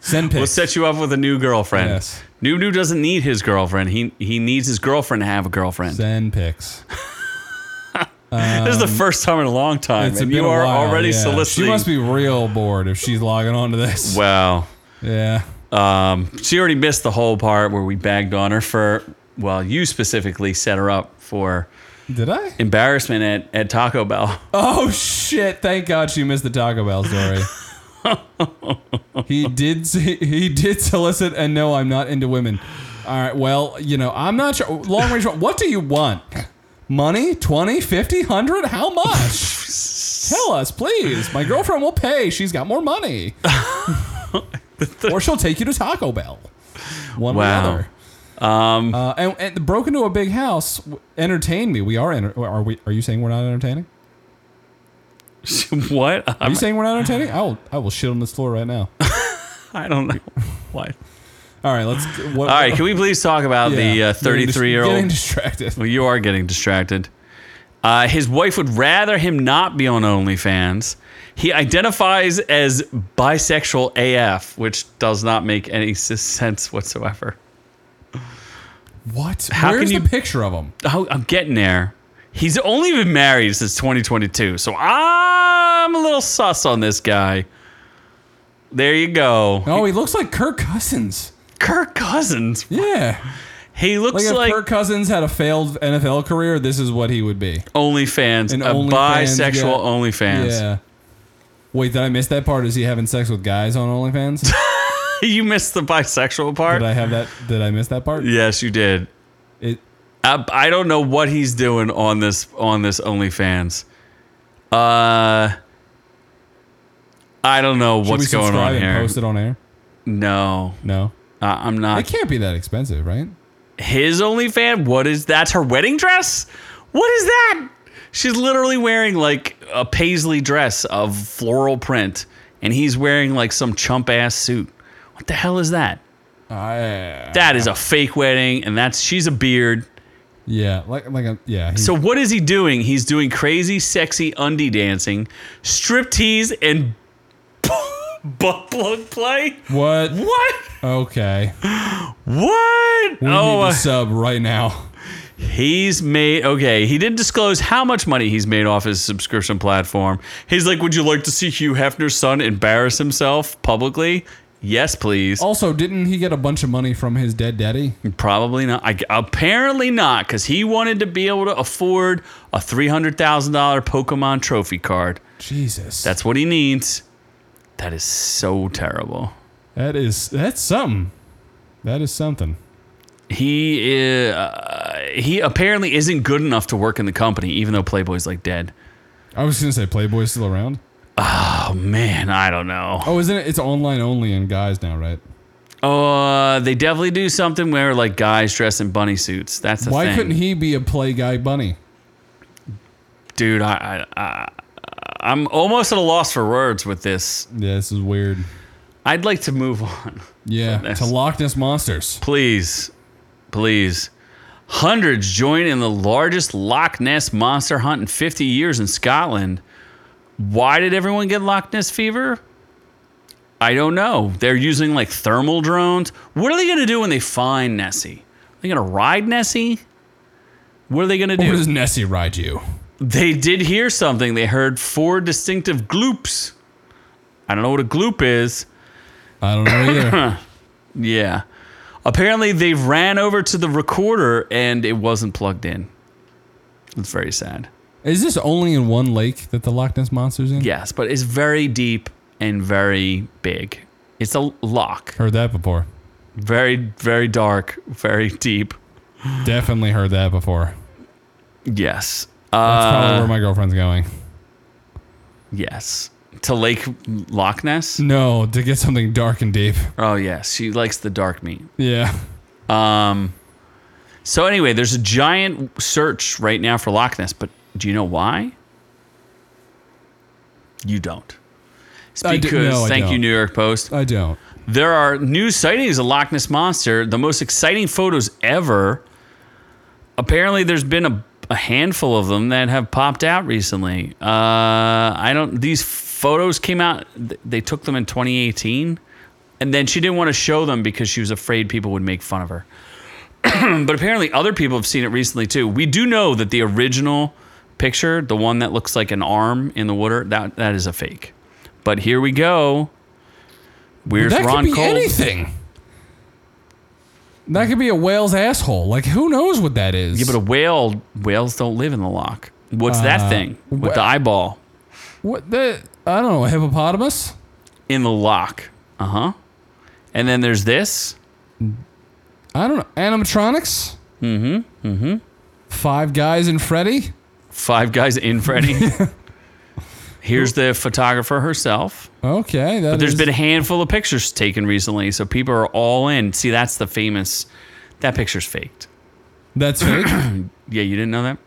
S2: Send
S1: We'll
S2: pics.
S1: set you up with a new girlfriend.
S2: Yes.
S1: New New doesn't need his girlfriend. He he needs his girlfriend to have a girlfriend.
S2: Send pics.
S1: this is the first time in a long time,
S2: um, It's
S1: and
S2: been
S1: you
S2: a
S1: are
S2: while,
S1: already
S2: yeah.
S1: soliciting.
S2: She must be real bored if she's logging on to this.
S1: wow.
S2: Yeah.
S1: Um, she already missed the whole part where we bagged on her for, well, you specifically set her up for
S2: Did I?
S1: embarrassment at, at Taco Bell.
S2: Oh shit! Thank God she missed the Taco Bell story. he did. He, he did solicit, and no, I'm not into women. All right. Well, you know, I'm not sure. Long range. What do you want? Money? 20, 50, 100? How much? Tell us, please. My girlfriend will pay. She's got more money. or she'll take you to Taco Bell. One
S1: Wow.
S2: or the other. Uh, and, and broke into a big house. w- Entertain me. We are. Enter- are we? Are you saying we're not entertaining?
S1: what?
S2: Are
S1: I'm,
S2: you saying we're not entertaining? I will. I will shit on this floor right now.
S1: I don't know. What?
S2: All right, let's. What,
S1: All right, can we please talk about the uh, 33 year
S2: Getting
S1: old?
S2: distracted.
S1: Well, you are getting distracted. Uh, his wife would rather him not be on OnlyFans. He identifies as bisexual AF, which does not make any s- sense whatsoever.
S2: What?
S1: How
S2: Where's
S1: can
S2: the picture of him?
S1: Oh, I'm getting there. He's only been married since 2022, so I'm a little sus on this guy. There you go.
S2: Oh, he looks like Kirk Cousins.
S1: Kirk Cousins.
S2: Yeah,
S1: He
S2: like
S1: looks
S2: if
S1: like,
S2: Kirk Cousins had a failed NFL career, this is what he would be.
S1: OnlyFans,
S2: An
S1: a
S2: OnlyFans, yeah.
S1: bisexual OnlyFans.
S2: Yeah. Wait, did I miss that part? Is he having sex with guys on OnlyFans? did
S1: you missed the bisexual part.
S2: I have that? Did I miss that part?
S1: yes, you did.
S2: It,
S1: I, I don't know what he's doing on this on this OnlyFans. Uh, I don't know
S2: should we
S1: what's
S2: subscribe
S1: going on
S2: and
S1: here.
S2: post it on air?
S1: No,
S2: No,
S1: uh, I'm
S2: it
S1: not.
S2: can't be that expensive, right?
S1: His OnlyFans. What is that's her wedding dress? What is that? She's literally wearing like a paisley dress of floral print, and he's wearing like some chump ass suit. What the hell is that?
S2: I,
S1: That is a fake wedding, and that's she's a beard.
S2: yeah, like like a yeah. he-
S1: So what is he doing? He's doing crazy, sexy undie dancing, striptease, and butt plug play.
S2: what?
S1: What?
S2: Okay,
S1: What?
S2: we
S1: oh,
S2: need
S1: uh,
S2: to sub right now.
S1: he's made. Okay, he didn't disclose how much money he's made off his subscription platform. He's like, "Would you like to see Hugh Hefner's son embarrass himself publicly?" Yes, please.
S2: Also, didn't he get a bunch of money from his dead daddy?
S1: Probably not. I, apparently not, because he wanted to be able to afford a three hundred thousand dollar Pokemon trophy card.
S2: Jesus,
S1: That's what he needs. That is so terrible.
S2: that is that's something. That is something.
S1: He is, uh, he apparently isn't good enough to work in the company, even though Playboy's like dead.
S2: I was gonna say Playboy's still around.
S1: Oh man, I don't know.
S2: Oh, isn't it? It's online only in guys now, right?
S1: Uh, they definitely do something where like guys dress in bunny suits. That's the
S2: Why
S1: thing.
S2: couldn't he be a play guy bunny?
S1: dude? I, I, I I'm almost at a loss for words with this.
S2: Yeah, this is weird.
S1: I'd like to move on.
S2: Yeah,
S1: Goodness.
S2: to Loch Ness monsters.
S1: Please, please. Hundreds join in the largest Loch Ness monster hunt in 50 years in Scotland. Why did everyone get Loch Ness fever? I don't know. They're using like thermal drones. What are they going to do when they find Nessie? Are they going to ride Nessie? What are they going to
S2: Where
S1: do?
S2: does Nessie ride you?
S1: they did hear something. They heard four distinctive gloops. I don't know what a gloop is.
S2: I don't know either.
S1: Yeah. Apparently, they ran over to the recorder and it wasn't plugged in. It's very sad.
S2: is this only in one lake that the Loch Ness monsters in?
S1: Yes, but it's very deep and very big. It's a lock.
S2: Heard that before.
S1: Very, very dark, very deep.
S2: Definitely heard that before.
S1: Yes.
S2: That's probably
S1: Uh,
S2: where my girlfriend's going.
S1: yes. To Lake Loch Ness?
S2: No, to get something dark and deep.
S1: Oh, yes. She likes the dark meat.
S2: Yeah.
S1: Um, so, anyway, there's a giant search right now for Loch Ness, but do you know why? You don't. It's
S2: I do-
S1: because,
S2: no, I
S1: thank you,
S2: don't.
S1: New York Post.
S2: I don't.
S1: There are new sightings of Loch Ness Monster, the most exciting photos ever. Apparently, there's been a, a handful of them that have popped out recently. Uh, I don't, these photos came out, th- they took them in 2018, and then she didn't want to show them because she was afraid people would make fun of her. but apparently, other people have seen it recently too. We do know that the original picture, the one that looks like an arm in the water, that, that is a fake. But here we go. Where's
S2: that
S1: Ron
S2: could be
S1: Cole?
S2: anything. That could be a whale's asshole. Like, who knows what that is?
S1: Yeah, but a whale, whales don't live in the lock. What's that
S2: Uh,
S1: thing with
S2: wh-
S1: the eyeball
S2: what the? I don't know. A hippopotamus?
S1: in the lock? Uh huh. And then there's this.
S2: I don't know. Animatronics? Mm hmm. Mm hmm.
S1: Mm-hmm,
S2: Five Guys and Freddy?
S1: Five guys in Freddy. Here's the photographer herself.
S2: Okay. that
S1: There's
S2: is-
S1: been a handful of pictures taken recently, so people are all in. See, that's the famous. That picture's faked.
S2: That's fake.
S1: Yeah, you didn't know that?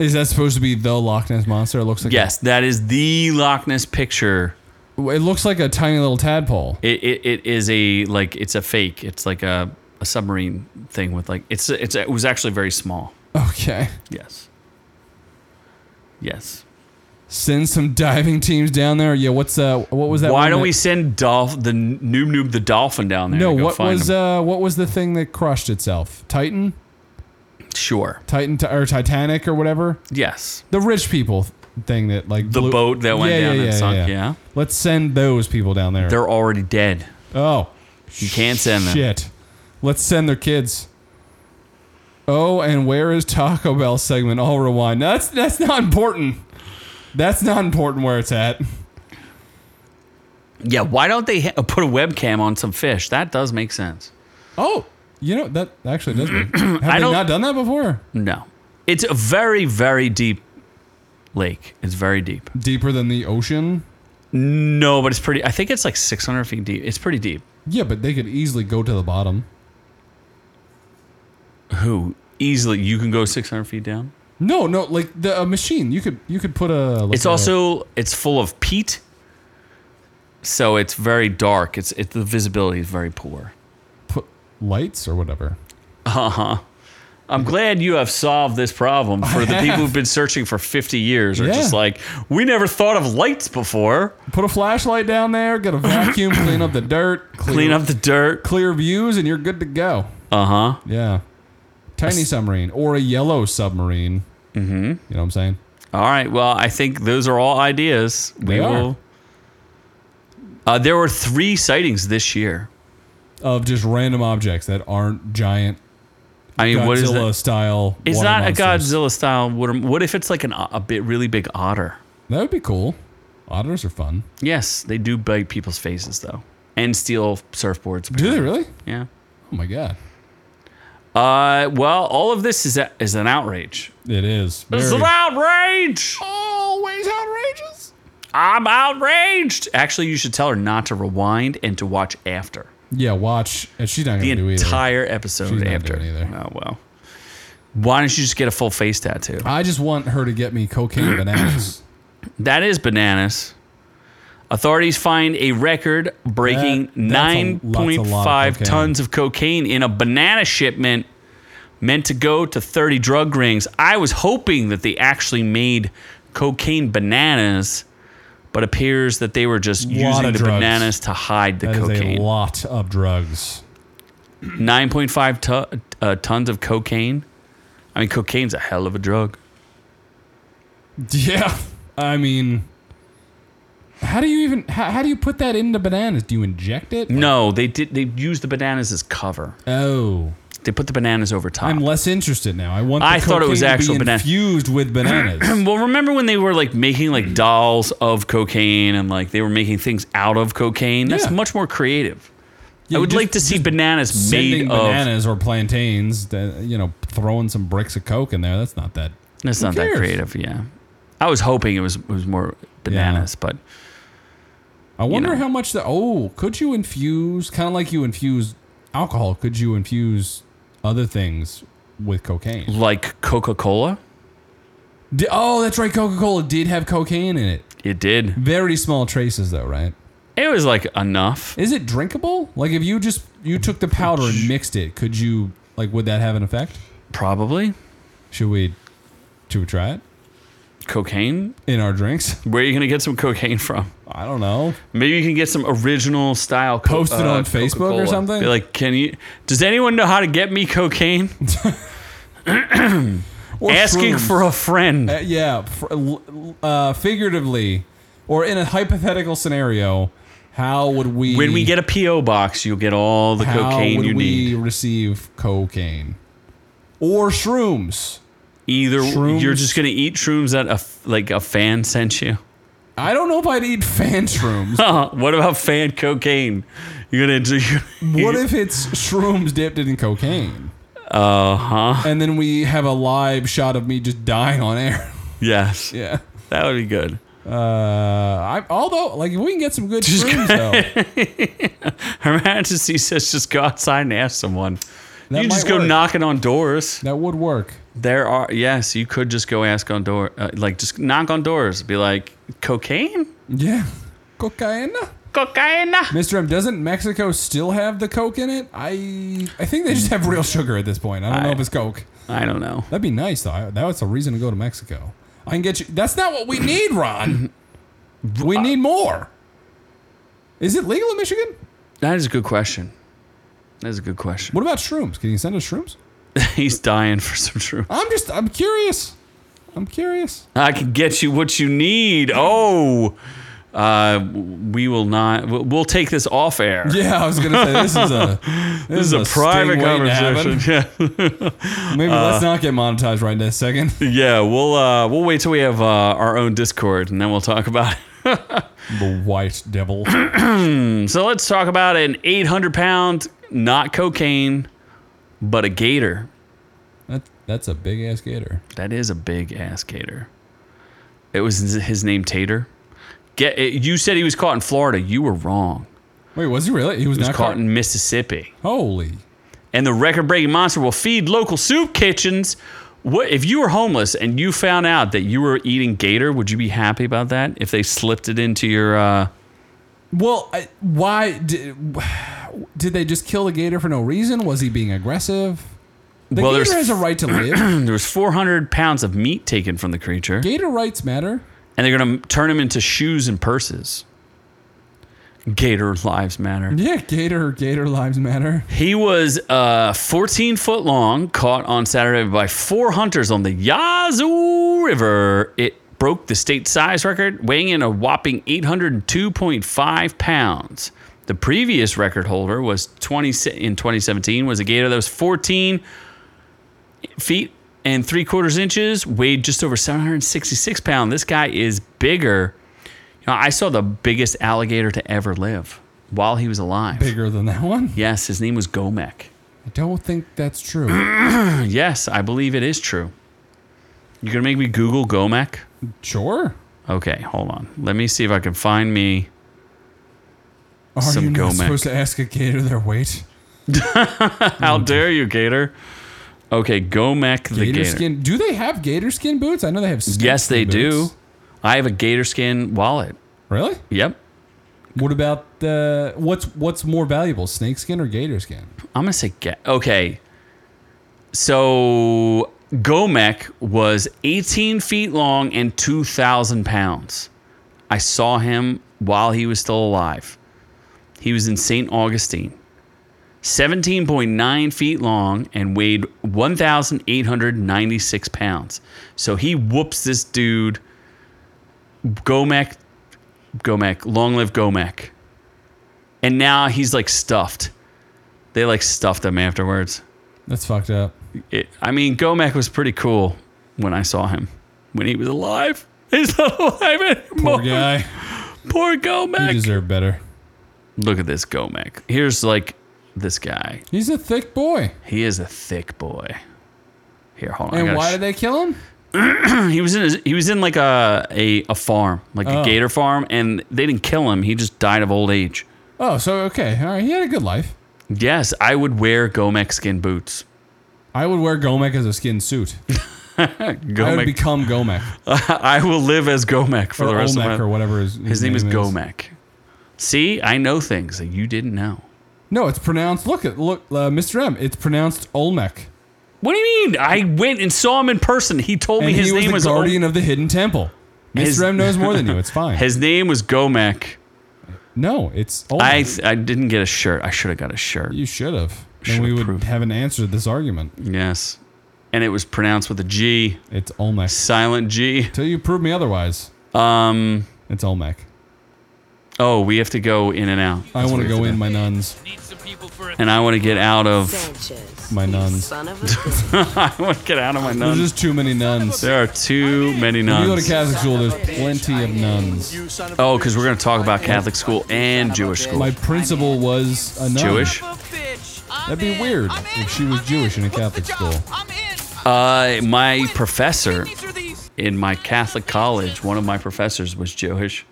S2: is that supposed to be the Loch Ness monster? It looks like
S1: Yes, that is the Loch Ness picture.
S2: It looks like a tiny little tadpole.
S1: It, it, it is a like it's a fake. It's like a, a submarine thing with like it's it's it was actually very small.
S2: Okay.
S1: Yes. Yes.
S2: Send some diving teams down there. Yeah. What's uh? What was that?
S1: Why
S2: one
S1: don't
S2: that-
S1: we send Dolph the Noob Noob the dolphin down there?
S2: No.
S1: to go
S2: What
S1: find
S2: was
S1: him?
S2: uh? What was the thing that crushed itself? Titan,
S1: sure?
S2: Titan, or Titanic, or whatever.
S1: Yes,
S2: The rich people thing that like
S1: the
S2: blew-
S1: boat that went
S2: Yeah,
S1: down
S2: yeah,
S1: and
S2: yeah,
S1: sunk. Yeah,
S2: yeah. Let's send those people down there.
S1: they're already dead.
S2: oh,
S1: You can't send them.
S2: shit. Let's send their kids. Oh, and where is Taco Bell segment? I'll rewind. No, that's that's not important. That's not important where it's at.
S1: Yeah, why don't they ha- put a webcam on some fish? That does make sense.
S2: Oh, you know that actually does. Make, have they
S1: don't-
S2: not done that before?
S1: No. It's a very, very deep lake. It's very deep.
S2: Deeper than the ocean.
S1: No, but it's pretty, I think it's like 600 feet deep. It's pretty deep.
S2: Yeah, but they could easily go to the bottom.
S1: Who? Easily, you can go 600 feet down.
S2: No, no, like the a machine. You could you could put a. like
S1: It's
S2: a-
S1: also, it's full of peat. So it's very dark. It's, it, the visibility is very poor.
S2: put lights or whatever.
S1: I'm glad you have solved this problem for the people who've been searching for 50 years are
S2: Yeah.
S1: just like, we never thought of lights before.
S2: Put a flashlight down there. Get a vacuum. clean up the dirt.
S1: Clean up the dirt.
S2: clear views, and you're good to go.
S1: Uh huh.
S2: Yeah, tiny submarine or a yellow submarine. Mm-hmm. You know what I'm saying?
S1: All right. Well, I think those are all ideas.
S2: They are.
S1: Uh, there were three sightings this year.
S2: Of just random objects that aren't giant
S1: I mean, what is
S2: Godzilla
S1: that?
S2: style.
S1: It's
S2: water
S1: not
S2: monsters.
S1: a Godzilla style. What, what if it's like an, o- a bit really big otter?
S2: That would be cool. Otters are fun.
S1: Yes, they do bite people's faces though, and steal surfboards.
S2: Do they really?
S1: Yeah.
S2: Oh my god,
S1: Uh, well, all of this is a, is an outrage.
S2: it is.
S1: It's
S2: very-
S1: an outrage.
S2: always outrageous.
S1: I'm outraged. Actually, you should tell her not to rewind and to watch after
S2: Yeah, watch. And she's not
S1: the
S2: gonna do either.
S1: entire episode.
S2: She's not
S1: after.
S2: doing either.
S1: Oh well. Why don't you just get a full face tattoo?
S2: I just want her to get me cocaine bananas.
S1: That is bananas. Authorities find a record breaking
S2: That- that's a- that's a lot of
S1: 9.5
S2: cocaine.
S1: tons of cocaine in a banana shipment meant to go to 30 drug rings. I was hoping that they actually made cocaine bananas, but appears that they were just using
S2: of
S1: the
S2: drugs.
S1: bananas to hide the
S2: That is a
S1: cocaine.
S2: lot of drugs.
S1: 9.5 to- uh, tons of cocaine. I mean, cocaine's a hell of a drug.
S2: Yeah, I mean, how do you even how, how do you put that into bananas? Do you inject it?
S1: No, they did. They used the bananas as cover.
S2: Oh,
S1: They put the bananas over top.
S2: I'm less interested now. I want. The
S1: I thought it was
S2: cocaine to
S1: actual
S2: be
S1: banana-
S2: infused with bananas.
S1: Well, remember when they were like making like dolls of cocaine and like they were making things out of cocaine? That's
S2: Yeah.
S1: much more creative. I would
S2: just-
S1: like to see bananas
S2: Sending
S1: made of.
S2: bananas or plantains, that, you know, throwing some bricks of coke in there. That's not that.
S1: That's not that
S2: cares?
S1: creative. Yeah, I was hoping it was it was more bananas, but
S2: I wonder
S1: know.
S2: how much the oh could you infuse kind of like you infuse alcohol? Could you infuse other things with cocaine?
S1: like Coca Cola,
S2: Di- oh, that's right. Coca Cola did have cocaine in it.
S1: it did.
S2: Very small traces though, right?
S1: It was like enough.
S2: Is it drinkable? Like if you just you took the powder and mixed it, could you like would that have an effect?
S1: Probably
S2: Should we should we try it
S1: cocaine.
S2: in our drinks?
S1: Where are you gonna get some cocaine from?
S2: I don't know.
S1: Maybe you can get some original style. Co- uh,
S2: Post it on Facebook or
S1: Coca-Cola.
S2: something?
S1: Be like, can you? Does anyone know how to get me cocaine?
S2: Or
S1: Asking
S2: shrooms.
S1: for a friend.
S2: Uh, yeah, fr- l- l- uh, figuratively, or in a hypothetical scenario, how would we
S1: When we get a PO box, you'll get all the
S2: Mm-hmm. how
S1: cocaine
S2: would
S1: you
S2: we
S1: need.
S2: receive cocaine or shrooms?
S1: Either
S2: Shrooms.
S1: you're just gonna eat shrooms that a f- like a fan sent you.
S2: I don't know if I'd eat fan shrooms.
S1: what about fan cocaine? You're gonna do.
S2: what if it's shrooms dipped in cocaine,
S1: Uh huh.
S2: and then we have a live shot of me just dying on air?
S1: Yes,
S2: yeah.
S1: that would be good.
S2: Uh, I, although like if we can get some good shrooms though,
S1: Her Majesty says just go outside and ask someone.
S2: That
S1: you can just
S2: might
S1: go
S2: work.
S1: knocking on doors.
S2: that would work.
S1: There are yes, you could just go ask on door, uh, like just knock on doors, be like cocaine,
S2: Yeah, cocaine.
S1: cocaine.
S2: Mr. M, doesn't Mexico still have the Coke in it? I I think they just have real sugar at this point. I don't know if it's Coke.
S1: I don't know.
S2: That'd be nice though. I- That was a reason to go to Mexico. I can get you. That's not what we need, Ron. we need more. Is it legal in Michigan?
S1: That is a good question. That is a good question.
S2: What about shrooms? Can you send us shrooms?
S1: He's dying for some truth.
S2: I'm just I'm curious. I'm curious.
S1: I can get you what you need. Oh, uh, we will not. we'll- We'll take this off air.
S2: Yeah, I was gonna say this is a this,
S1: This is a
S2: sting
S1: private
S2: waiting to happen.
S1: conversation. Uh, Yeah,
S2: Maybe let's not get monetized right this second.
S1: yeah. We'll uh, we'll wait till we have uh, our own Discord, and then we'll talk about it.
S2: the white devil.
S1: So let's talk about an 800 pound, not cocaine, but a gator.
S2: That, that's a big ass gator.
S1: That is a big ass gator. It was his- his name Tater. Get it, you said he was caught in Florida. You were wrong.
S2: Wait, was he really? He was,
S1: He was
S2: not
S1: caught in Mississippi.
S2: Holy.
S1: And the record-breaking monster will feed local soup kitchens. What if you were homeless and you found out that you were eating gator? Would you be happy about that? If they slipped it into your uh,
S2: Well, I, why did, did they just kill the gator for no reason? Was he being aggressive? The
S1: Well,
S2: gator
S1: there's-
S2: has a right to live.
S1: there was 400 pounds of meat taken from the creature.
S2: gator rights matter.
S1: and they're going to turn them into shoes and purses. Gator lives matter.
S2: Yeah, gator gator lives matter.
S1: He was uh, 14 foot long, caught on Saturday by four hunters on the Yazoo River. It broke the state size record, weighing in a whopping 802.5 pounds. The previous record holder was 20 se- in 2017 was a gator that was 14 feet and three quarters inches, weighed just over 766 pounds. This guy is bigger. You know, I saw the biggest alligator to ever live while he was alive.
S2: Bigger than that one?
S1: Yes, his name was Gomek.
S2: I don't think that's true.
S1: Yes, I believe it is true. You're gonna make me Google Gomek?
S2: sure.
S1: Okay, hold on. Let me see if I can find me.
S2: Are
S1: Some
S2: you not
S1: Gomek.
S2: supposed to ask a gator their weight?
S1: How dare you, Gator? Okay, Gomek
S2: Mm-hmm.
S1: the
S2: Gator,
S1: Gator.
S2: skin. Do they have gator skin boots? I know they have. snake
S1: yes, they
S2: skin
S1: do.
S2: boots.
S1: I have a gator skin wallet.
S2: Really?
S1: Yep.
S2: What about the what's what's more valuable, snake skin or gator skin?
S1: I'm gonna say get okay. So Gomek was 18 feet long and 2,000 pounds. I saw him while he was still alive. He was in St. Augustine. 17.9 feet long and weighed 1,896 pounds. So he whoops this dude. Gomek, Gomek, long live Gomek. And now he's like stuffed they like stuffed him afterwards.
S2: That's fucked up.
S1: It, I mean, Gomek was pretty cool when I saw him when he was alive. He's not alive anymore.
S2: Poor guy.
S1: Poor
S2: He
S1: Gomek.
S2: deserved better.
S1: Look at this Gomek. Here's like this guy.
S2: He's a thick boy.
S1: He is a thick boy. Here, hold on. I
S2: And
S1: gotta
S2: why
S1: sh-
S2: did they kill him?
S1: he was in his, he was in like a a, a farm, like a
S2: Oh.
S1: gator farm, and they didn't kill him. He just died of old age.
S2: Oh, so okay, all right. He had a good life.
S1: Yes, I would wear Gomek skin boots.
S2: I would wear Gomek as a skin suit. I would
S1: Gomek.
S2: become Gomek
S1: I will live as Gomek for
S2: or
S1: the rest of my
S2: Olmec or whatever his,
S1: His name is Gomek. See, I know things that you didn't know.
S2: No, it's pronounced. Look at look, uh, Mr. M. It's pronounced Olmec.
S1: What do you mean? I went and saw him in person. He told me
S2: And
S1: his
S2: he was
S1: name
S2: the
S1: was Ol-
S2: guardian of the hidden temple. Mr.
S1: His-
S2: M knows more than you. It's fine.
S1: His name was
S2: Oh
S1: Gomek.
S2: no, it's Olmec.
S1: I I didn't get a shirt. I should have got a shirt.
S2: you should have.
S1: Should've
S2: Then we would
S1: proved.
S2: have an answer to this argument.
S1: Yes, and it was pronounced with a G,
S2: It's Olmec.
S1: silent G.
S2: Till you prove me otherwise,
S1: Um.
S2: it's Olmec.
S1: Oh, we have to go in and out.
S2: I want
S1: That's what
S2: to
S1: we have
S2: go
S1: do.
S2: in my nuns.
S1: and I want to get out of.
S3: Sanchez.
S2: My
S3: you
S2: nuns.
S3: Son of a bitch.
S1: I want to get out of my
S2: There's
S1: nuns.
S2: just too many nuns.
S1: There are too many
S2: If you go to
S1: nuns.
S2: Catholic school, there's plenty of nuns.
S4: You son of a
S1: Oh, because we're gonna talk about Catholic school and Jewish school.
S2: My principal was a nun.
S1: Jewish.
S2: That'd be weird if she was Jewish in a Catholic school.
S1: Uh, my professor in my Catholic college, one of my professors was Jewish.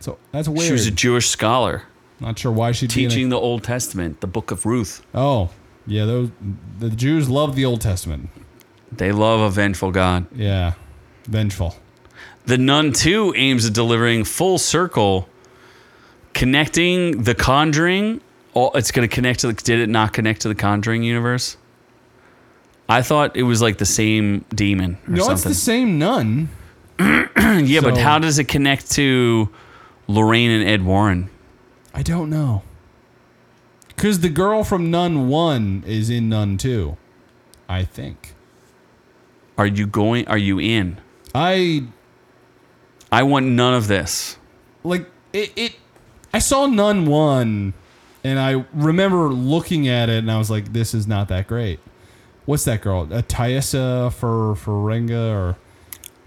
S2: So that's weird.
S1: She was a Jewish scholar
S2: Not sure why she
S1: teaching the Old Testament, the Book of Ruth.
S2: Oh, yeah. Those the Jews love the Old Testament.
S1: They love a vengeful God.
S2: Yeah, vengeful.
S1: The Nun too aims at delivering full circle, connecting the Conjuring. Oh, it's going to connect to the. Did it not connect to the Conjuring universe? I thought it was like the same demon or
S2: No, it's
S1: something.
S2: the same nun.
S1: yeah, but
S2: so-
S1: how does it connect to Lorraine and Ed Warren?
S2: I don't know. Cause the girl from Nun One is in Nun Two, I think.
S1: Are you going? Are you in?
S2: I
S1: I want none of this.
S2: like it, it I saw Nun One and I remember looking at it and I was like, this is not that great. What's that girl? A Thaisa for Ferenga or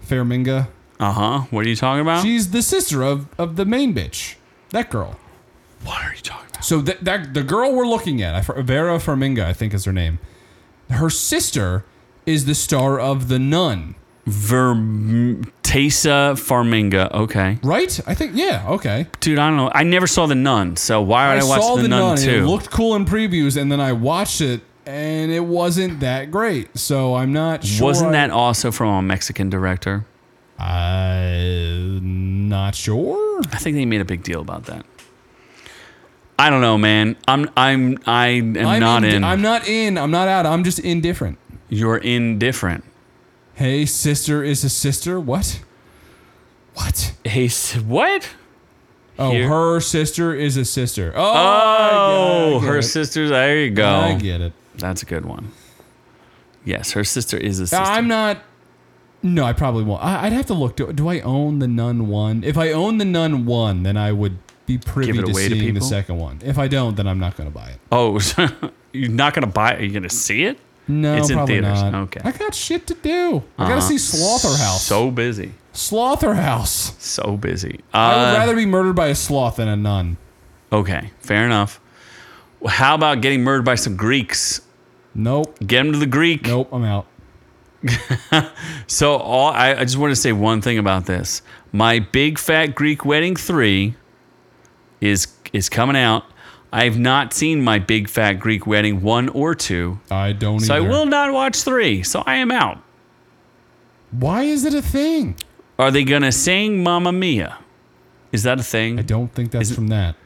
S2: Ferminga?
S1: Uh huh. What are you talking about?
S2: She's the sister of, of the main bitch. That girl.
S1: what are you talking about?
S2: So that, that the girl we're looking at, I for- Vera Farminga, I think is her name. Her sister is the star of The Nun,
S1: Vertesa Farminga. Okay.
S2: right? I think yeah, okay.
S1: Dude, I don't know. I never saw The Nun, so why would I, watch The, Nun,
S2: and it
S1: too?
S2: looked cool in previews, and then I watched it, and it wasn't that great. So I'm not sure.
S1: Wasn't
S2: I-
S1: that also from a Mexican director?
S2: I'm not sure.
S1: I think they made a big deal about that. I don't know, man. I'm I'm I am
S2: I'm
S1: not in.
S2: I'm not in. I'm not out. I'm just indifferent.
S1: You're indifferent.
S2: Hey, sister is a sister. What? What?
S1: Hey, s- what?
S2: Oh,
S1: Here.
S2: her sister is a sister. Oh, I
S1: Oh,
S2: get it.
S1: her sister's. There you
S2: I
S1: go.
S2: get it.
S1: That's a good one. Yes, her sister is a sister.
S2: I'm not. No, I probably won't. I, I'd have to look. Do, do I own the Nun one? If I own the Nun one, then I would be privy
S1: Give it
S2: to
S1: away to
S2: seeing the
S1: people?
S2: second one. If I don't, then I'm not going to buy it.
S1: oh, so you're not gonna buy? it? Are you gonna see it?
S2: No,
S1: It's in
S2: probably
S1: theaters.
S2: not.
S1: Okay.
S2: I got shit to do. I got to
S1: Uh-huh.
S2: see Slaughterhouse.
S1: So busy.
S2: Slaughterhouse.
S1: So busy.
S2: I
S1: Uh,
S2: would rather be murdered by a sloth than a nun.
S1: okay, fair enough. Well, how about getting murdered by some Greeks?
S2: Nope.
S1: Get them to the Greek.
S2: Nope. I'm out.
S1: So all I, I just want to say one thing about this. My big fat Greek wedding three is is coming out. I've not seen my big fat Greek wedding one or two,
S2: I don't
S1: so I
S2: either.
S1: will not watch three. So I am out.
S2: Why is it a thing?
S1: Are they gonna sing Mamma Mia? Is that a
S2: I
S1: thing?
S2: don't think that's from that.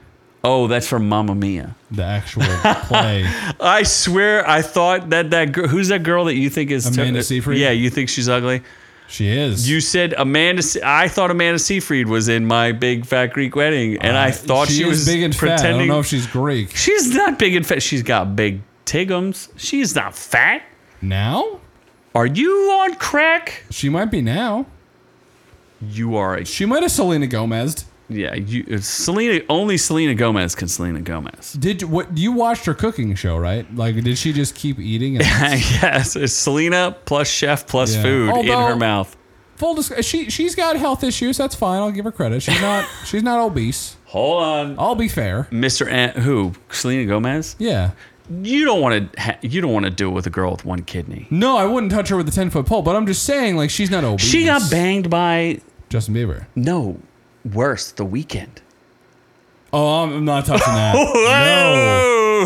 S1: Oh, that's from Mamma Mia.
S2: The actual play.
S1: I swear, I thought that that girl, who's that girl that you think is
S2: Amanda Seyfried?
S1: Yeah, you think she's ugly.
S2: She is.
S1: You said Amanda. Se- I thought Amanda Seyfried was in my big fat Greek wedding, and I thought she,
S2: Uh, is
S1: was
S2: big and
S1: pretending.
S2: fat. I don't know if she's Greek
S1: she's not big and fat. She's got big tigums. She's not fat.
S2: now.
S1: Are you on crack?
S2: She might be now.
S1: You are. A,
S2: She might have Selena Gomez.
S1: yeah, you. it's Selena. Only Selena Gomez can Selena Gomez.
S2: Did what you watched her cooking show, right? Like, did she just keep eating? And,
S1: yes, it's Selena plus chef plus
S2: Yeah.
S1: food in
S2: Although-
S1: her mouth.
S2: full disc- she she's got health issues. That's fine. I'll give her credit. She's not she's not obese.
S1: Hold on,
S2: I'll be fair.
S1: Mr. An- who Selena Gomez?
S2: Yeah.
S1: You don't want to. Ha- you don't want to do it with a girl with one kidney.
S2: No, I wouldn't touch her with a ten foot pole. But I'm just saying, like, she's not obese.
S1: She got banged by
S2: Justin Bieber.
S1: No, worse, the weekend.
S2: Oh, I'm I'm not touching that.
S1: Oh.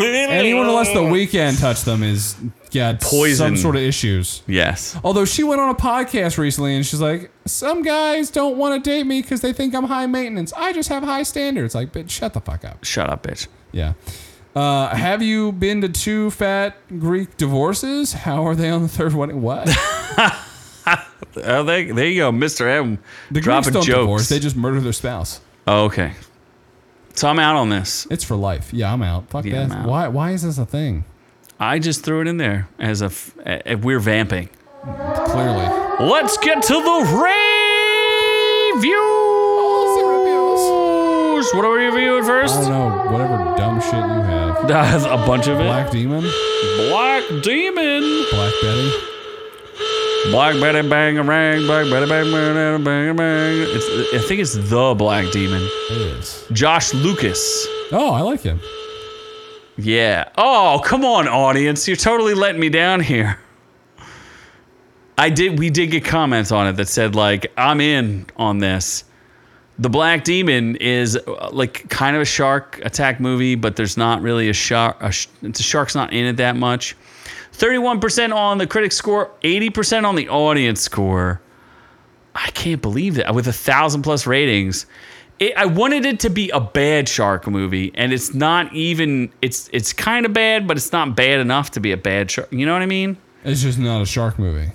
S2: no. Oh. Anyone who lets the weekend touch them is got some
S1: Poison.
S2: sort of issues.
S1: Yes.
S2: Although she went on a podcast recently and she's like, "Some guys don't want to date me because they think I'm high maintenance. I just have high standards." Like, bitch, shut the fuck up.
S1: Shut up, bitch.
S2: Yeah. Uh, have you been to two fat Greek divorces? How are they on the third wedding? What?
S1: Oh, they, there you go, Mr. M.
S2: The Greeks
S1: dropping
S2: don't
S1: jokes.
S2: divorce; they just murder their spouse.
S1: oh, okay. So I'm out on this.
S2: It's for life. Yeah, I'm out. Fuck
S1: Yeah, I'm
S2: that.
S1: out.
S2: Why? Why is this a thing?
S1: I just threw it in there as a f- a- a- we're vamping.
S2: Clearly.
S1: Let's get to the reviews. What are we reviewing
S2: I don't
S1: first?
S2: know. Whatever dumb shit you have.
S1: That's a bunch of it.
S2: Black Demon,
S1: Black Demon.
S2: Black Betty.
S1: Black Betty Bang a Rang, Black Betty Bang Bang Bang Bang. It's, I think it's the Black Demon.
S2: It is.
S1: Josh Lucas.
S2: Oh, I like him.
S1: Yeah. Oh, come on, audience. You're totally letting me down here. I did. We did get comments on it that said like, "I'm in on this." The Black Demon is uh, like kind of a shark attack movie, but there's not really a shark. A sh- the shark's not in it that much. Thirty-one percent on the critic score, eighty percent on the audience score. I can't believe that with a thousand plus ratings. It, I wanted it to be a bad shark movie, and it's not even. It's it's kind of bad, but it's not bad enough to be a bad shark. You know what I mean?
S2: It's just not a shark movie.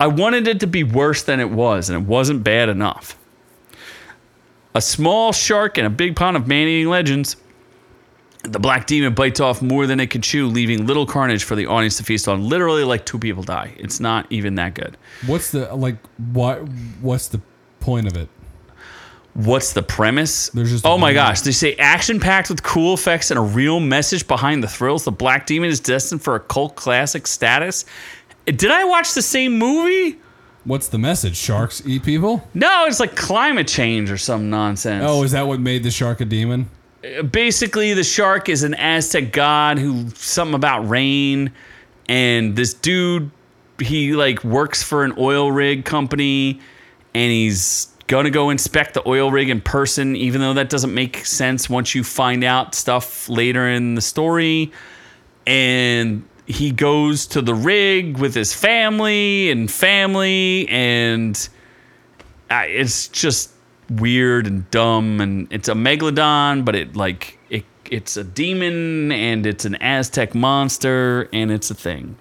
S1: I wanted it to be worse than it was, and it wasn't bad enough. A small shark and a big pond of man eating legends. The black demon bites off more than it could chew, leaving little carnage for the audience to feast on. Literally, like two people die. It's not even that good.
S2: What's the like? What? What's the point of it?
S1: What's the premise?
S2: There's just a
S1: oh my
S2: demon.
S1: gosh! They say action packed with cool effects and a real message behind the thrills. The Black Demon is destined for a cult classic status. Did I watch the same movie?
S2: What's the message? Sharks eat people?
S1: No, it's like climate change or some nonsense.
S2: Oh, is that what made the shark a demon?
S1: basically the shark is an Aztec god who something about rain and this dude he like works for an oil rig company and he's gonna go inspect the oil rig in person even though that doesn't make sense once you find out stuff later in the story and he goes to the rig with his family and family and I, it's just weird and dumb and it's a megalodon but it like it it's a demon and it's an aztec monster and it's a thing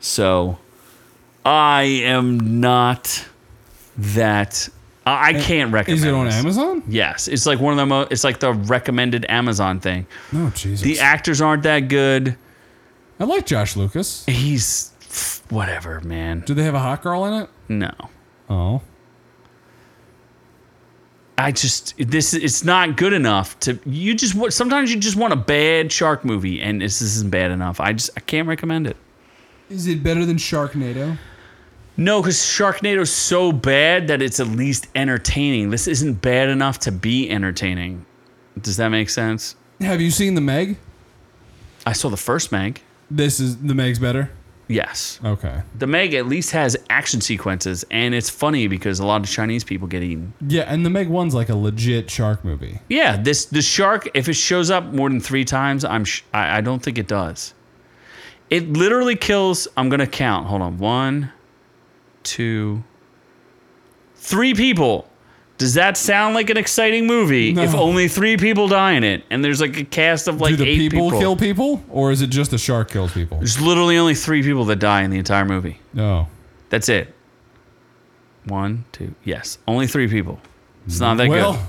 S1: so i am not that i, I can't recommend
S2: Is it on
S1: this.
S2: Amazon?
S1: yes it's like one of the mo- it's like the recommended amazon thing
S2: No, Oh, Jesus.
S1: the actors aren't that good
S2: I like Josh Lucas.
S1: he's whatever man
S2: Do they have a hot girl in it?
S1: no
S2: Oh.
S1: I just this it's not good enough to you just wa- sometimes you just want a bad shark movie and this isn't bad enough. I just I can't recommend it.
S2: Is it better than Sharknado?
S1: No, because Sharknado's so bad that it's at least entertaining. This isn't bad enough to be entertaining. Does that make sense?
S2: Have you seen the Meg?
S1: I saw the first Meg.
S2: This is the Meg's better.
S1: Yes,
S2: Okay.
S1: the Meg at least has action sequences, and it's funny because a lot of Chinese people get eaten.
S2: Yeah, and the Meg one's like a legit shark movie.
S1: Yeah, this the shark. If it shows up more than three times, I'm sh- I, I don't think it does. It literally kills. I'm gonna count. Hold on. One, two, three people. Does that sound like an exciting movie? If
S2: No.
S1: only three people die in it, and there's like a cast of like
S2: Do the
S1: eight
S2: people,
S1: people.
S2: kill people, or is it just the shark kills people? Oh.
S1: there's literally only three people that die in the entire movie.
S2: No.
S1: That's it. One, two, yes, only three people. It's not that
S2: well,
S1: good.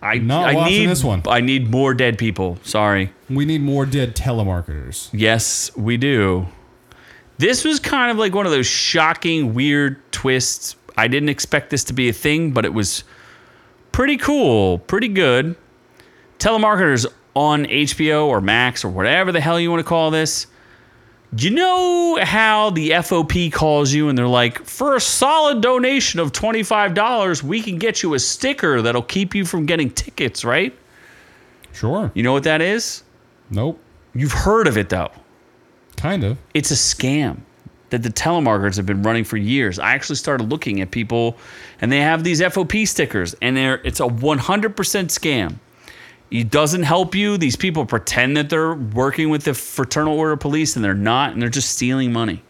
S1: I,
S2: not
S1: I
S2: watching
S1: need
S2: this one.
S1: I need more dead people. Sorry.
S2: we need more dead telemarketers.
S1: Yes, we do. This was kind of like one of those shocking, weird twists. I didn't expect this to be a thing, but it was pretty cool, pretty good. Telemarketers on HBO or Max or whatever the hell you want to call this. You know how the FOP calls you and they're like, for a solid donation of $25, we can get you a sticker that'll keep you from getting tickets, right?
S2: Sure.
S1: You know what that is?
S2: Nope.
S1: You've heard of it though.
S2: Kind of.
S1: it's a scam that the telemarketers have been running for years. I actually started looking at people and they have these FOP stickers and they're it's a 100% scam. It doesn't help you. These people pretend that they're working with the fraternal order police and they're not and they're just stealing money.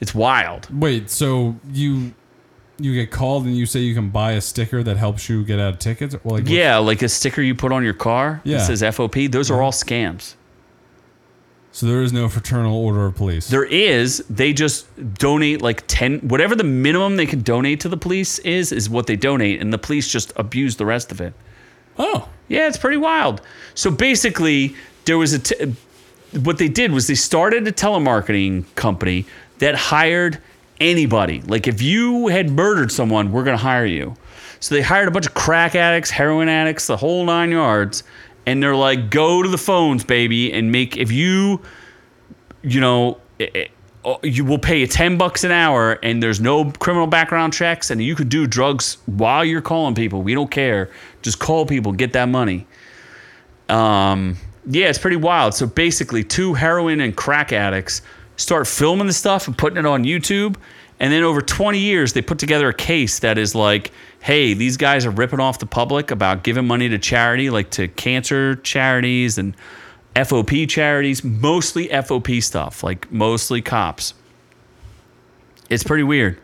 S1: It's wild.
S2: Wait, so you you get called and you say you can buy a sticker that helps you get out of tickets? Well, like,
S1: Yeah, like a sticker you put on your car
S2: Yeah.
S1: that says FOP, those are all scams.
S2: So there is no fraternal order of police.
S1: There is. They just donate like 10, whatever the minimum they can donate to the police is, is what they donate. And the police just abuse the rest of it.
S2: oh.
S1: Yeah, it's pretty wild. So basically, there was a. T- what they did was they started a telemarketing company that hired anybody. Like if you had murdered someone, we're going to hire you. So they hired a bunch of crack addicts, heroin addicts, the whole nine yards, and they're like, "Go to the phones, baby, and make if you, you know." i- i- oh, You will pay you ten bucks an hour, and there's no criminal background checks, and you could do drugs while you're calling people. We don't care. Just call people, get that money. Um, yeah, it's pretty wild. So basically, two heroin and crack addicts start filming the stuff and putting it on YouTube. And then over 20 years, they put together a case that is like, hey, these guys are ripping off the public about giving money to charity, like to cancer charities and FOP charities, mostly FOP stuff, like mostly cops. It's pretty weird.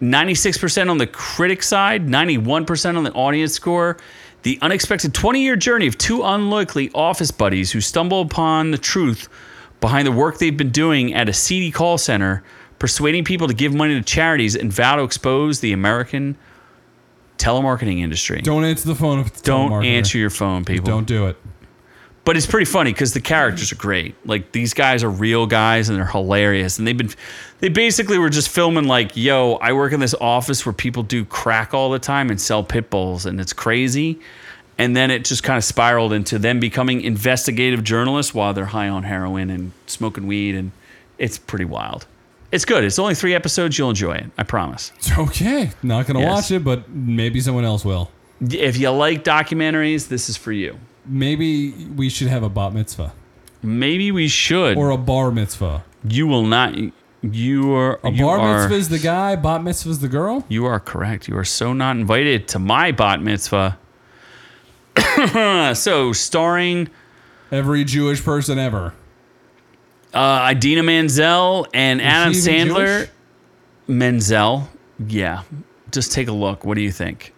S1: 96% on the critic side, 91% on the audience score. The unexpected 20 year journey of two unlikely office buddies who stumble upon the truth behind the work they've been doing at a seedy call center, persuading people to give money to charities and vow to expose the American telemarketing industry. Don't,
S2: Don't answer the phone if it's a telemarketer.
S1: answer your phone, people.
S2: Don't do it.
S1: But it's pretty funny because the characters are great. Like these guys are real guys and they're hilarious. And they've been, they basically were just filming like, yo, I work in this office where people do crack all the time and sell pit bulls, and it's crazy. And then it just kind of spiraled into them becoming investigative journalists while they're high on heroin and smoking weed, and it's pretty wild. It's good. It's only three episodes. You'll enjoy it. I promise.
S2: Okay, not gonna
S1: Yes.
S2: watch it, but maybe someone else will.
S1: If you like documentaries, this is for you.
S2: Maybe we should have a bat mitzvah
S1: Maybe we should.
S2: or a bar mitzvah.
S1: you will not. You are.
S2: A
S1: you
S2: bar
S1: are,
S2: mitzvah is the guy, bat mitzvah is the girl.
S1: You are correct. You are so not invited to my bat mitzvah. so, starring
S2: Every Jewish person ever.
S1: uh, Idina Menzel and Adam
S2: she even
S1: Sandler.
S2: Jewish?
S1: Menzel, yeah. Just take a look. What do you think?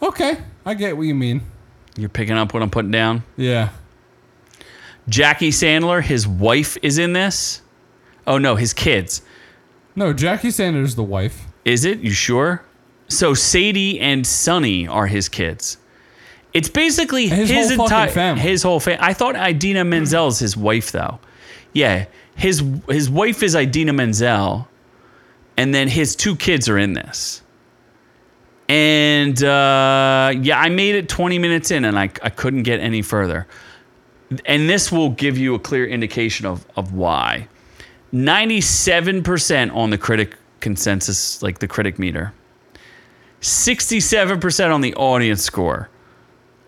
S2: Okay, I get what you mean.
S1: You're picking up what I'm putting down.
S2: Yeah,
S1: Jackie Sandler, his wife is in this. Oh no, his kids.
S2: no, Jackie Sanders the wife.
S1: Is it? You sure? So Sadie and Sonny are his kids. It's basically
S2: His
S1: his,
S2: whole fucking
S1: entire
S2: family.
S1: his whole family. I thought Idina Menzel is his wife though. Yeah, his his wife is Idina Menzel, and then his two kids are in this. And uh, yeah, I made it 20 minutes in, and I I couldn't get any further. And this will give you a clear indication of of why. 97% on the critic consensus, like the critic meter. 67% on the audience score,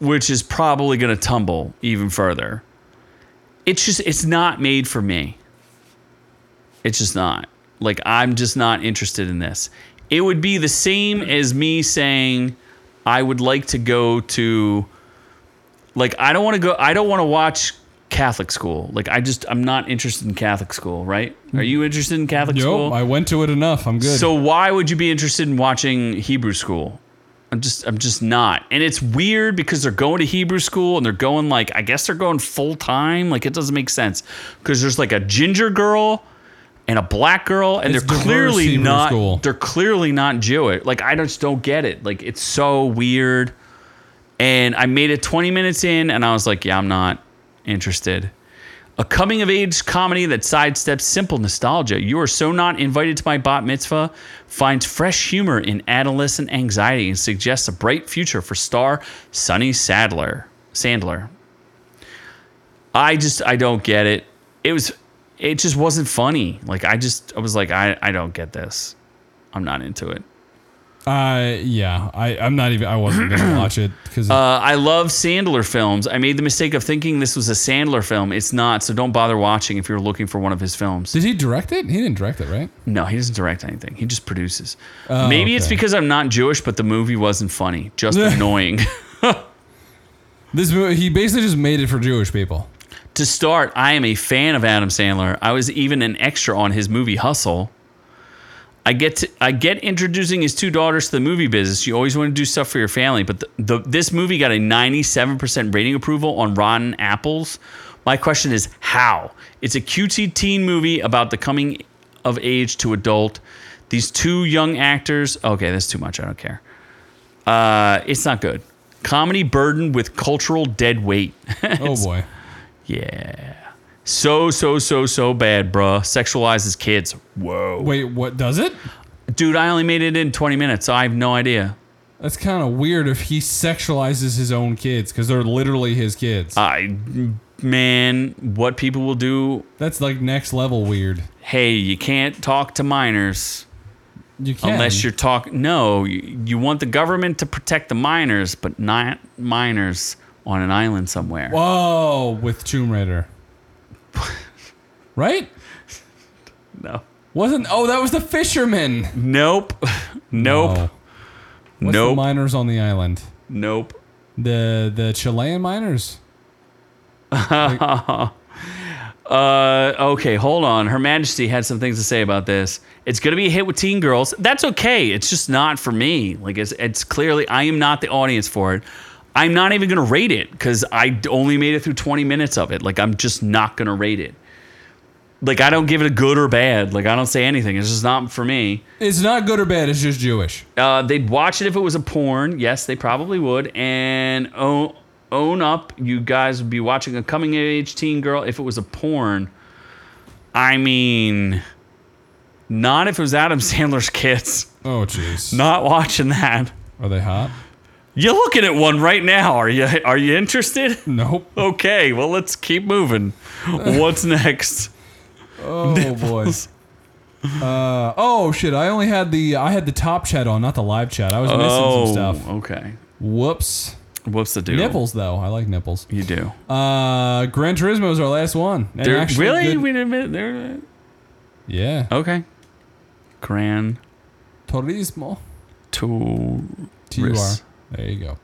S1: which is probably going to tumble even further. It's just, it's not made for me. It's just not. Like, I'm just not interested in this. It would be the same as me saying, I would like to go to, like, I don't want to go, I don't want to watch Catholic school. Like, I just, I'm not interested in Catholic school, right? Are you interested in Catholic
S2: Yo,
S1: school?
S2: I went to it enough. I'm good.
S1: So why would you be interested in watching Hebrew school? I'm just I'm just not. And it's weird because they're going to Hebrew school and they're going like I guess they're going full time. Like it doesn't make sense because there's like a ginger girl and a black girl and
S2: It's
S1: they're
S2: diverse
S1: clearly
S2: Hebrew
S1: not
S2: school.
S1: they're clearly not Jewish. Like I just don't get it. Like it's so weird. And I made it 20 minutes in and I was like, yeah, I'm not interested. A coming of age comedy that sidesteps simple nostalgia. You are so not invited to my bat mitzvah. Finds fresh humor in adolescent anxiety and suggests a bright future for star Sonny Sadler. Sandler. I just I don't get it. It was it just wasn't funny. Like I just I was like I I don't get this. I'm not into it.
S2: uh, yeah, I, I'm not even. I wasn't gonna watch it because
S1: Uh, I love Sandler films. I made the mistake of thinking this was a Sandler film. It's not, so don't bother watching if you're looking for one of his films.
S2: did he direct it? He didn't direct it, right?
S1: No, he doesn't direct anything. He just produces. Maybe it's
S2: okay.
S1: because I'm not Jewish, but the movie wasn't funny. Just annoying.
S2: This movie, he basically just made it for Jewish people.
S1: to start, I am a fan of Adam Sandler. I was even an extra on his movie Hustle. I get to, I get introducing his two daughters to the movie business. You always want to do stuff for your family, but the, the, this movie got a 97% rating approval on Rotten Apples. My question is how? It's a cutesy teen movie about the coming of age to adult. These two young actors. Okay, that's too much. I don't care. Uh, it's not good. Comedy burdened with cultural dead weight.
S2: Oh boy.
S1: Yeah. So, so, so, so bad, bruh. Sexualizes kids. Whoa.
S2: Wait, what does it?
S1: Dude, I only made it in 20 minutes, so I have no idea.
S2: That's kind of weird if he sexualizes his own kids because they're literally his kids.
S1: I, man, what people will do.
S2: That's like next level weird.
S1: Hey, you can't talk to minors
S2: You can't
S1: unless you're talking. No, you, you want the government to protect the minors, but not minors on an island somewhere.
S2: Whoa, with Tomb Raider. right?
S1: No.
S2: Wasn't oh that was the fisherman.
S1: Nope. nope.
S2: Oh. What's the
S1: Nope.
S2: miners on the island?
S1: nope.
S2: The the Chilean miners.
S1: Uh, okay, hold on. Her Majesty had some things to say about this. It's gonna be a hit with teen girls. That's okay. It's just not for me. Like it's it's clearly I am not the audience for it. I'm not even gonna rate it because I d- only made it through 20 minutes of it. Like I'm just not gonna rate it. Like I don't give it a good or bad. Like I don't say anything. It's just not for me.
S2: It's not good or bad, it's just Jewish.
S1: Uh, they'd watch it if it was a porn. Yes, they probably would. And own, own up, you guys would be watching a coming of age teen girl if it was a porn. I mean, not if it was Adam Sandler's kids.
S2: Oh jeez.
S1: Not watching that.
S2: Are they hot?
S1: You're looking at one right now. Are you? Are you interested?
S2: Nope.
S1: Okay. Well, let's keep moving. What's next?
S2: Oh boy. Uh, oh shit! I only had the I had the top chat on, not the live chat. I was missing
S1: oh,
S2: some stuff.
S1: okay.
S2: Whoops.
S1: Whoops, the dude.
S2: Nipples though, I like nipples.
S1: You do.
S2: Uh, Gran Turismo is our last one. And
S1: There-
S2: actually
S1: really?
S2: good-
S1: We didn't. There,
S2: yeah.
S1: okay. Gran
S2: Turismo.
S1: Tour.
S2: T U R.
S1: Ris.
S2: There you go.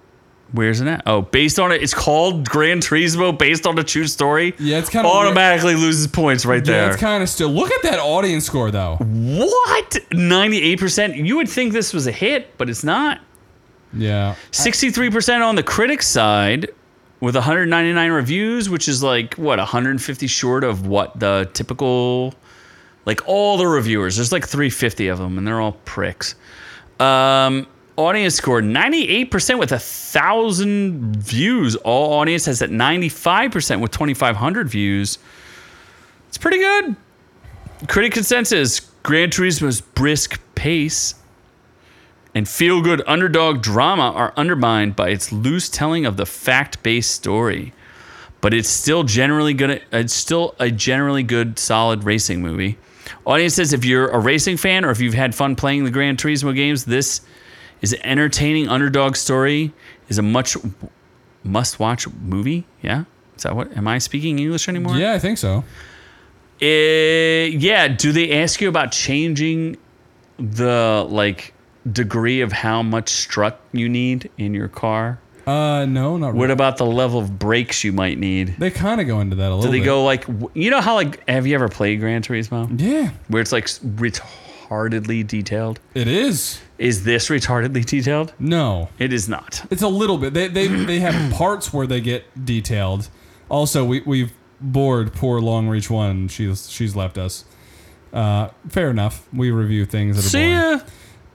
S1: Where's it at? Oh, based on it, it's called Gran Turismo, based on the true story.
S2: Yeah, it's kinda
S1: automatically loses points right
S2: Yeah,
S1: there.
S2: it's kind of still. Look at that audience score though.
S1: what? Ninety-eight percent. You would think this was a hit, but it's not.
S2: Yeah.
S1: Sixty-three percent on the critics' side, with 199 reviews, which is like what 150 short of what the typical, like all the reviewers. There's like 350 of them, and they're all pricks. Um, audience score 98% with a thousand views. All audience has at 95% with 2,500 views. It's pretty good. Critic consensus: Gran Turismo's brisk pace and feel-good underdog drama are undermined by its loose telling of the fact-based story. But it's still generally good. It's still a generally good, solid racing movie. Audience says if you're a racing fan or if you've had fun playing the Gran Turismo games, this is an entertaining underdog story. Is a much must-watch movie. Yeah, is that what? Am I speaking English anymore?
S2: Yeah, I think so.
S1: Eh, yeah. Do they ask you about changing the like degree of how much strut you need in your car?
S2: Uh, no, not
S1: What
S2: really.
S1: about the level of brakes you might need?
S2: They kind of go into that a little.
S1: Do they
S2: bit.
S1: go like w- you know how like have you ever played Gran Turismo
S2: Yeah,
S1: where it's like s- retardedly detailed?
S2: it is.
S1: Is this retardedly detailed?
S2: No,
S1: It is not.
S2: it's a little bit. They they, they have parts where they get detailed. Also, we we've bored poor Long Reach One. She's she's left us. Uh, fair enough. We review things that are
S1: See
S2: boring.
S1: ya.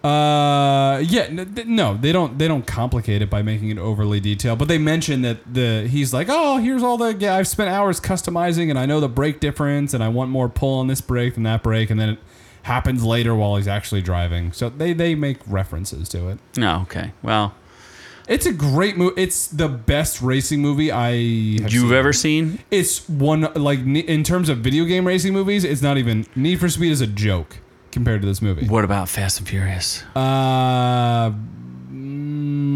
S2: Uh, yeah, n- th- no, they don't. They don't complicate it by making it overly detailed. But they mention that the he's like, oh, here's all the. Yeah, I've spent hours customizing, and I know the brake difference, and I want more pull on this brake than that brake, and then it happens later while he's actually driving. So they they make references to it.
S1: No. okay. Well,
S2: It's a great movie. It's the best racing movie I have
S1: you've
S2: seen.
S1: ever seen?
S2: It's one like ne- in terms of video game racing movies. It's not even Need for Speed is a joke compared to this movie.
S1: What about Fast and Furious?
S2: Uh.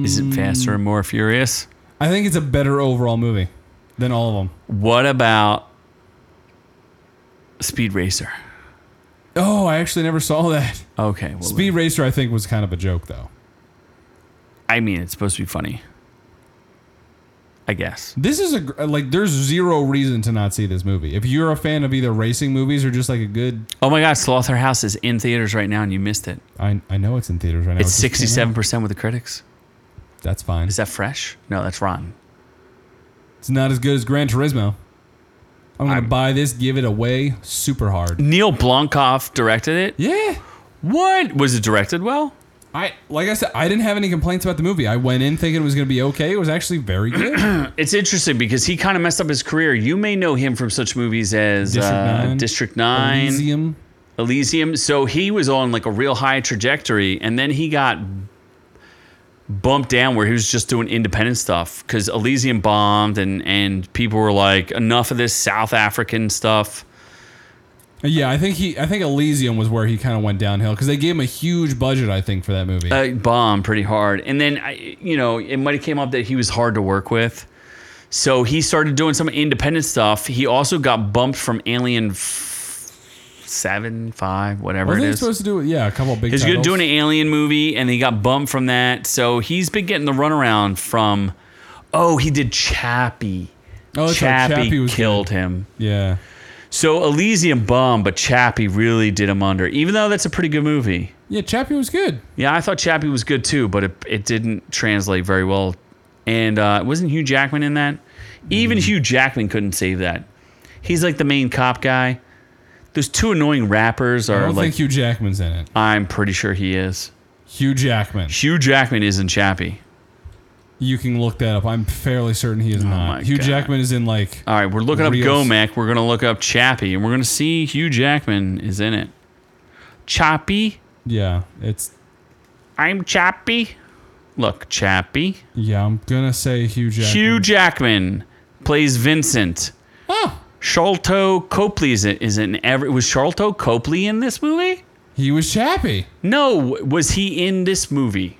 S1: Is it faster and more furious?
S2: I think it's a better overall movie than all of them.
S1: What about Speed Racer?
S2: Oh, I actually never saw that.
S1: Okay. Well,
S2: Speed Racer, I think, was kind of a joke though.
S1: I mean, it's supposed to be funny. I guess.
S2: This is a gr- like. There's zero reason to not see this movie. If you're a fan of either racing movies or just like a good,
S1: Oh my God, Slaughterhouse is in theaters right now, and you missed it.
S2: I I know it's in theaters right now. It Oh,
S1: It's
S2: just came out.
S1: sixty-seven percent with the critics.
S2: That's fine.
S1: Is that fresh? No, that's rotten.
S2: It's not as good as Gran Turismo. I'm gonna
S1: I'm-
S2: buy this, give it away, super hard.
S1: Neil Blomkamp directed it.
S2: Yeah.
S1: What was it directed well?
S2: I like I said, I didn't have any complaints about the movie. I went in thinking it was gonna be okay. It was actually very good.
S1: It's interesting because he kind of messed up his career. You may know him from such movies as
S2: District
S1: uh,
S2: Nine,
S1: District Nine,
S2: Elysium.
S1: Elysium. So he was on like a real high trajectory, and then he got bumped down where he was just doing independent stuff because Elysium bombed, and and people were like, enough of this South African stuff.
S2: Yeah, I think he. I think Elysium was where he kind of went downhill because they gave him a huge budget. I think for that movie.
S1: Uh, bombed pretty hard, and then I, you know, it might have came up that he was hard to work with. So he started doing some independent stuff. He also got bumped from Alien f- Seven, Five, whatever
S2: Wasn't
S1: it
S2: he
S1: is.
S2: supposed to do? Yeah, a couple of big.
S1: He's going to do an
S2: titles.
S1: alien movie, and he got bummed from that. So he's been getting the runaround from. Oh, he did Chappie.
S2: Oh, that's right,
S1: Chappie,
S2: Chappie was
S1: killed him.
S2: Yeah,
S1: So Elysium bombed, but Chappie really did him under. Even though that's a pretty good movie.
S2: yeah. Chappie was good.
S1: Yeah, I thought Chappie was good too, but it, it didn't translate very well. And uh, wasn't Hugh Jackman in that? Even
S2: Mm-hmm.
S1: Hugh Jackman couldn't save that. He's like the main cop guy. Those two annoying rappers
S2: I
S1: are
S2: don't
S1: like.
S2: think Hugh Jackman's in it.
S1: I'm pretty sure he is.
S2: Hugh Jackman.
S1: Hugh Jackman is in Chappie.
S2: You can look that up. I'm fairly certain he is
S1: Oh my
S2: not. Hugh
S1: God.
S2: Jackman is in like.
S1: All right, we're looking up
S2: Reels.
S1: Gomac. We're gonna look up Chappie, and we're gonna see Hugh Jackman is in it. Chappie,
S2: Yeah, it's.
S1: I'm Chappie. Look, Chappie.
S2: Yeah, I'm gonna say Hugh Jackman.
S1: Hugh Jackman plays Vincent.
S2: Oh,
S1: Sholto Copley is, is in every. Was Sholto Copley in this movie?
S2: He was Chappie.
S1: No, was he in this movie?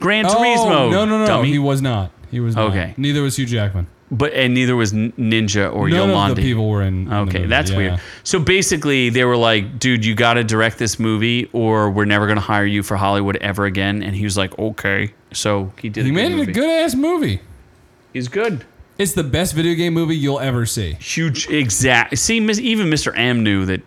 S1: Gran
S2: Oh,
S1: Turismo.
S2: no, no, no,
S1: dummy.
S2: He was not. He was not.
S1: Okay.
S2: Neither was Hugh Jackman.
S1: but and neither was N- Ninja or
S2: None
S1: Yolandi.
S2: of the people were in. in the
S1: Okay,
S2: movie,
S1: that's
S2: yeah.
S1: weird. So basically, they were like, "Dude, you got to direct this movie, or we're never going to hire you for Hollywood ever again." And he was like, "Okay." So he did.
S2: He
S1: a good
S2: made it
S1: movie.
S2: a good ass movie.
S1: He's good.
S2: It's the best video game movie you'll ever see.
S1: Huge. Exact. See, mis- even Mr. Am knew that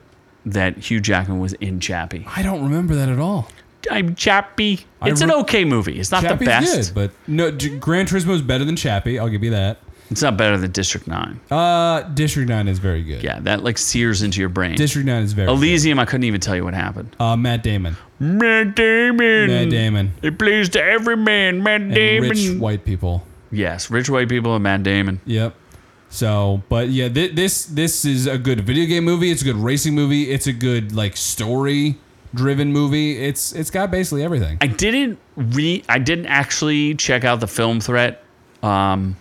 S1: that Hugh Jackman was in Chappie.
S2: I don't remember that at all.
S1: I'm Chappie. It's an
S2: re-
S1: okay movie. It's not the
S2: Chappie's
S1: best.
S2: good, but no. J- Gran Turismo is better than Chappie. I'll give you that.
S1: It's not better than District Nine.
S2: Uh, District Nine is very good.
S1: Yeah, that like sears into your brain.
S2: District Nine is very. good.
S1: Elysium, I couldn't even tell you what happened.
S2: Uh, Matt Damon.
S1: Matt Damon.
S2: Matt Damon.
S1: It plays to every man. Matt
S2: And
S1: Mm. Damon.
S2: rich white people.
S1: yes, rich white people and Matt Damon.
S2: Yep. So, but yeah, thi- this this is a good video game movie. It's a good racing movie. It's a good like story driven movie. It's it's got basically everything.
S1: I didn't re. I didn't actually check out the film threat. Um,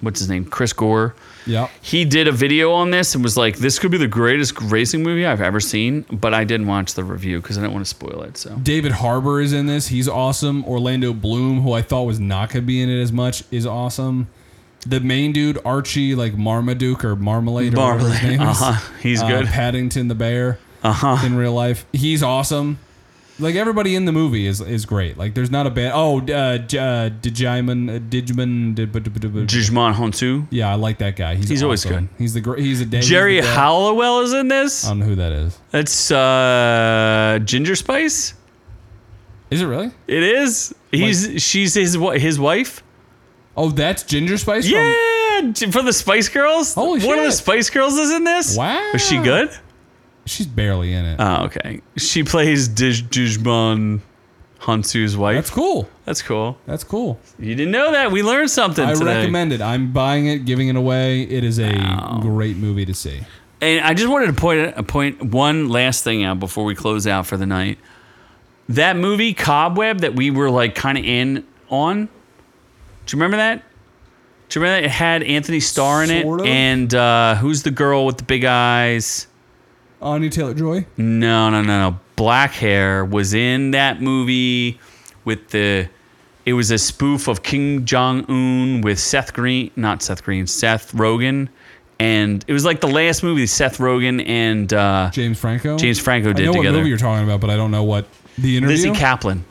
S1: what's his name? Chris Gore.
S2: Yep.
S1: He did a video on this and was like, "This could be the greatest racing movie I've ever seen," but I didn't watch the review because I didn't want to spoil it. So
S2: David Harbour is in this. He's awesome. Orlando Bloom, who I thought was not going to be in it as much, is awesome. The main dude, Archie, like Marmaduke or Marmalade, or whatever his name is.
S1: Uh-huh. He's
S2: Uh,
S1: good.
S2: Paddington the bear, uh-huh. in real life, he's awesome. Like everybody in the movie is is great. Like there's not a bad. Oh, uh, J- uh, Digimon, uh, Digimon, Dig- bu- bu- bu- bu-
S1: Jujmon Honsu.
S2: yeah, I like that guy. He's,
S1: He's always
S2: awesome.
S1: good.
S2: He's the great. He's a day.
S1: Jerry
S2: he's the Uh. dad.
S1: Hallowell is in this.
S2: I don't know who that is.
S1: That's uh, Ginger Spice.
S2: Is it really?
S1: It is. He's she's his wi- his wife.
S2: Oh, that's Ginger Spice. from-
S1: Yeah, j- for the Spice Girls.
S2: Holy
S1: One of the
S2: shit.
S1: Spice Girls is in this.
S2: Wow.
S1: Was she good?
S2: she's barely in it.
S1: Oh, okay. She plays Dij- Digimon Hansu's wife.
S2: that's
S1: That's,
S2: cool.
S1: cool.
S2: That's cool.
S1: You didn't know that. We learned something
S2: I
S1: today.
S2: recommend it. I'm buying it, giving it away. It is a great movie to see.
S1: And I just wanted to point a point one last thing out before we close out for the night. That movie Cobweb that we were like kind of in on. Do you remember that? Do you remember that it had Anthony Starr in it
S2: Sort of.
S1: and uh, who's the girl with the big eyes?
S2: Anya Taylor Joy.
S1: Mm. No, no, no, no. Black hair was in that movie with the. It was a spoof of King Jong Un with Seth Green, not Seth Green, Seth Rogen, and it was like the last movie Seth Rogen and uh,
S2: James Franco.
S1: James Franco did
S2: I know
S1: together.
S2: what movie you're talking about, but I don't know what the interview.
S1: Lizzie Kaplan.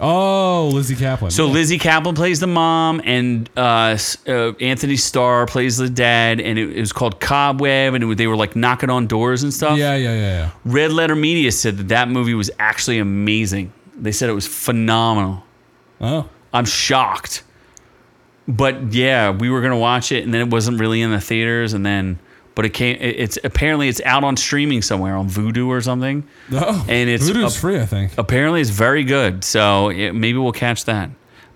S2: oh, Lizzie Kaplan.
S1: So Lizzie Kaplan plays the mom, and uh, s- uh, Anthony Starr plays the dad, and it, it was called Cobweb, and it, was- they were like knocking on doors and stuff.
S2: yeah, yeah, yeah,
S1: Red Letter Media said that that movie was actually amazing. They said it was phenomenal.
S2: yeah. Oh,
S1: I'm shocked. But yeah, we were gonna watch it, and then it wasn't really in the theaters, and then but it came. It, it's apparently it's out on streaming somewhere on Vudu or something.
S2: oh.
S1: And it's
S2: Voodoo's
S1: a-
S2: free, I think.
S1: Apparently, it's very good. So it, maybe we'll catch that.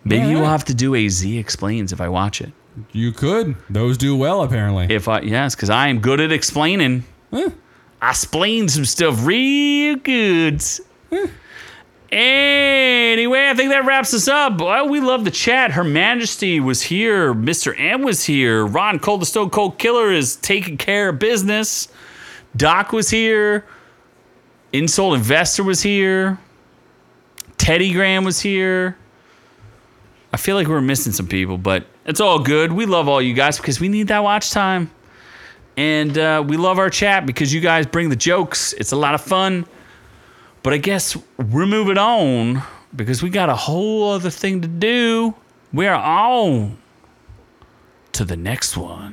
S1: Maybe
S2: All
S1: we'll
S2: right.
S1: have to do a Z explains if I watch it.
S2: You could. Those do well, apparently.
S1: If I yes, because I am good at explaining.
S2: Eh.
S1: I explain some stuff real good. Anyway, I think that wraps us up. Oh, we love the chat. Her Majesty was here. Mr. M was here. Ron Cole, the Stone Cold Killer, is taking care of business. Doc was here. Insole Investor was here. Teddy Graham was here. I feel like we're missing some people, but it's all good. We love all you guys because we need that watch time. And uh, we love our chat because you guys bring the jokes. It's a lot of fun. But I guess we're moving on because we got a whole other thing to do. We are on to the next one.